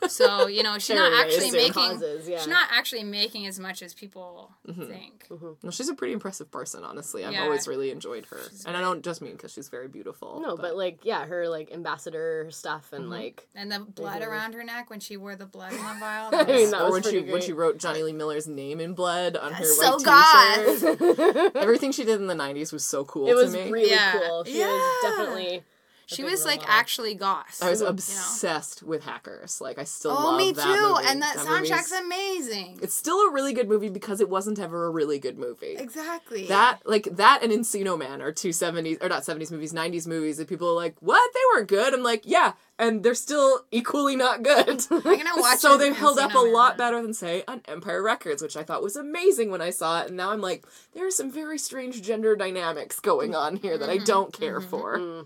so you know she's not Charity actually raising making Causes, yeah. she's not actually making as much as people Mm-hmm. think. Well, she's a pretty impressive person, honestly. I've Yeah. always really enjoyed her. and I don't just mean because she's very beautiful. no, but, <laughs> like yeah, her like ambassador stuff Mm-hmm. and like And the blood around her neck when she wore the blood in the <laughs> vial. I mean, that that or was when she pretty when great. oh, she wrote Johnny Lee Miller's name in blood on her so like <laughs> t-shirt. Everything she did in the '90s was so cool it to was me. really Yeah. cool. She was definitely was- <laughs> She was like actually Goss. I was you know? obsessed with Hackers. Like I still Oh, love me that too. movie. And that, movie's- soundtrack's amazing. It's still a really good movie because it wasn't ever a really good movie. exactly. That like that and Encino Man are two seventies or not seventies movies, nineties movies that people are like, What? They weren't good. I'm like, Yeah, and they're still equally not good. <laughs> I'm <laughs> gonna watch so it they've and held see up a how I lot am. better than say on Empire Records, which I thought was amazing when I saw it, and now I'm like, there are some very strange gender dynamics going on here that Mm-hmm, I don't care for.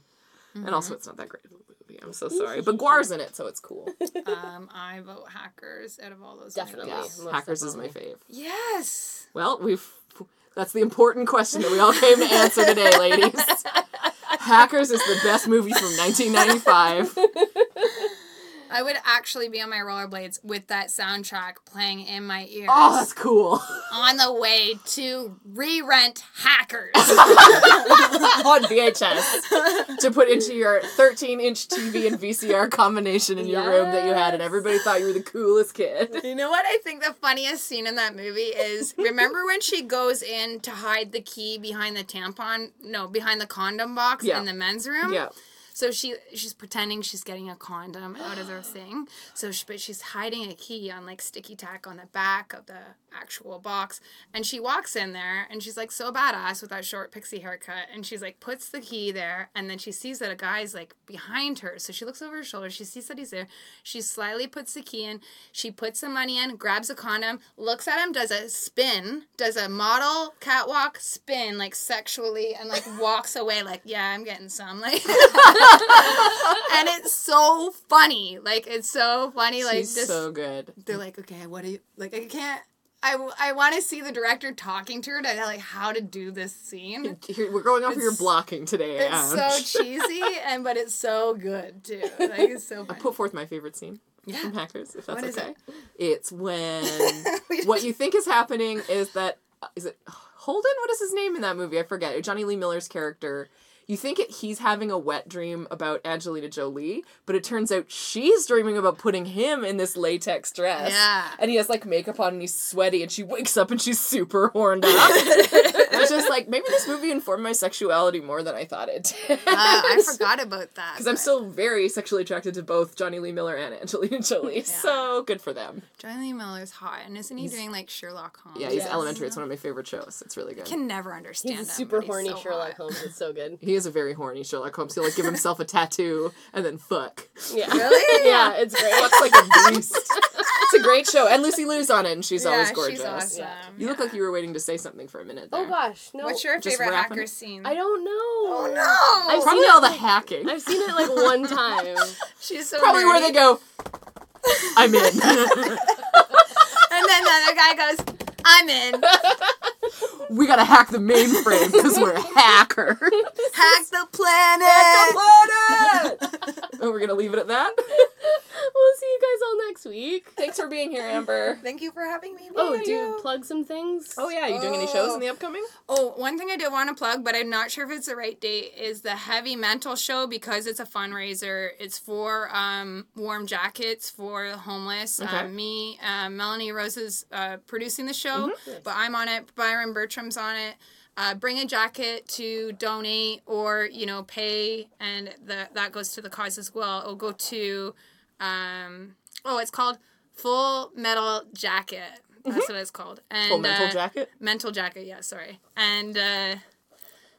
And also, it's not that great of a movie. I'm so sorry, but Guar's in it, so it's <laughs> cool. <laughs> Um, I vote hackers out of all those. Definitely. movies. Yeah, most Hackers is my fave. Yes. Well, we've that's the important question that we all came to answer today, ladies. <laughs> Hackers is the best movie from <laughs> 1995. I would actually be on my rollerblades with that soundtrack playing in my ears Oh, that's cool. <laughs> on the way to re-rent hackers. <laughs> On VHS to put into your 13-inch TV and VCR combination in your room that you had, and everybody thought you were the coolest kid. <laughs> you know what I think the funniest scene in that movie is? <laughs> Remember when she goes in to hide the key behind the tampon? No, behind the condom box Yeah. in the men's room. Yeah. So she she's pretending she's getting a condom out of her thing. So she, but she's hiding a key on like sticky tack on the back of the actual box. And she walks in there and she's like so badass with that short pixie haircut. And she's like puts the key there and then she sees that a guy's like behind her. So she looks over her shoulder. She sees that he's there. She slyly puts the key in. She puts the money in, grabs a condom, looks at him, does a spin, does a model catwalk spin like sexually, and like walks away like yeah I'm getting some <laughs> like. and it's so funny. Like it's so funny. Like She's just so good. they're like, okay, what do you like? I can't. I, w- I want to see the director talking to her to like how to do this scene. Here, we're going off of your It's- blocking today. It's <laughs> so Ange. cheesy and but it's so good too. Like it's <laughs> so funny. Put forth my favorite scene. Yeah. from Hackers, if that's What is okay. it? It's <laughs> when what you think is happening is that uh, is it Holden? What is his name in that movie? I forget. Johnny Lee Miller's character. You think it, he's having a wet dream about Angelina Jolie, but it turns out she's dreaming about putting him in this latex dress. Yeah. And he has like makeup on and he's sweaty and she wakes up and she's super horned up. <laughs> I was just like, maybe this movie informed my sexuality more than I thought it did. Uh, I forgot about that. Because I'm still very sexually attracted to both Johnny Lee Miller and Angelina Jolie. So good for them. Johnny Lee Miller's hot, and isn't he doing like Sherlock Holmes? Yeah, he's Yes. elementary. It's one of my favorite shows. It's really good. I can never understand. He's a him, super but he's horny so Sherlock hot. Holmes. It's so <laughs> good. He is a very horny Sherlock Holmes. He'll like give himself a tattoo and then fuck. Yeah. Really? yeah, it's great. <laughs> Fucks like a beast. it's a great show. And Lucy Liu's on it and she's always yeah, gorgeous. she's awesome. Yeah. You look like you were waiting to say something for a minute there. Oh gosh, no. What's your Just favorite wrapping- hacker scene? I don't know. Oh no! I've seen Probably it, all the like- hacking. I've seen it like one time. She's so Probably where nerdy. they go, I'm in. And then the other guy goes, I'm in. we gotta hack the mainframe because we're hackers. Hack the planet. and <laughs> we're gonna leave it at that. <laughs> we'll see you guys all next week. Thanks for being here, Amber. <laughs> Thank you for having me. Oh, dude, plug some things. Oh yeah, you doing any shows in the upcoming? Oh, one thing I did want to plug, but I'm not sure if it's the right date, is the Heavy Mental Show because it's a fundraiser. It's for um, warm jackets for the homeless. Okay. Um, me, uh, Melanie Rose is uh, producing the show, Mm-hmm. but I'm on it. Byron Bertram's on it. Uh, bring a jacket to donate or you know pay, and the, that goes to the cause as well. It'll go to, um, oh, it's called Full Metal Jacket. That's what it's called. And, Mm-hmm. Full mental uh, jacket. Mental Jacket, yeah, sorry. And uh,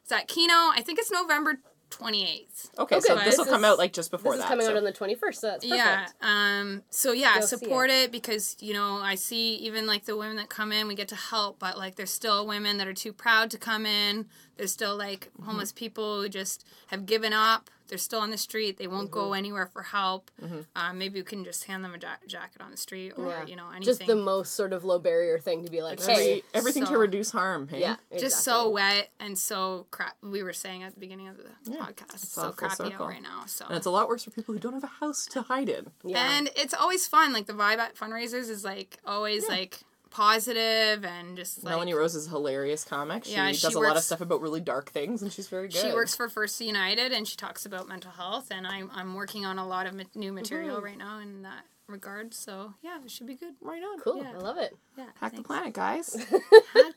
it's at Kino. I think it's November 28th. Okay, so okay, this will this come is- out like just before This is that. coming so- out on the 21st, so that's perfect. Yeah. Um. So yeah, Go see support it. because you know I see even like the women that come in, we get to help, but like there's still women that are too proud to come in. There's still like Mm-hmm. homeless people who just have given up. They're still on the street. They won't Mm-hmm. go anywhere for help. Uh, maybe you can just hand them a ja- jacket on the street or Yeah. you know anything. Just the most sort of low barrier thing to be like, hey. Every- everything to So- reduce harm. Hey? Yeah. just so wet and so crap. We were saying at the beginning of the podcast, all so full crappy circle. out right now. So And it's a lot worse for people who don't have a house to hide in. Yeah. and it's always fun. Like the vibe at fundraisers is like always like positive and just like Melanie Rose is a hilarious comic. She Yeah, does she a lot of works- stuff about really dark things, and she's very good. she works for First United and she talks about mental health. And I'm I'm working on a lot of ma- new material right now in that regard. So yeah, it should be good. right on. Cool. yeah. I love it. Yeah, Hack the thanks. planet, guys. Hack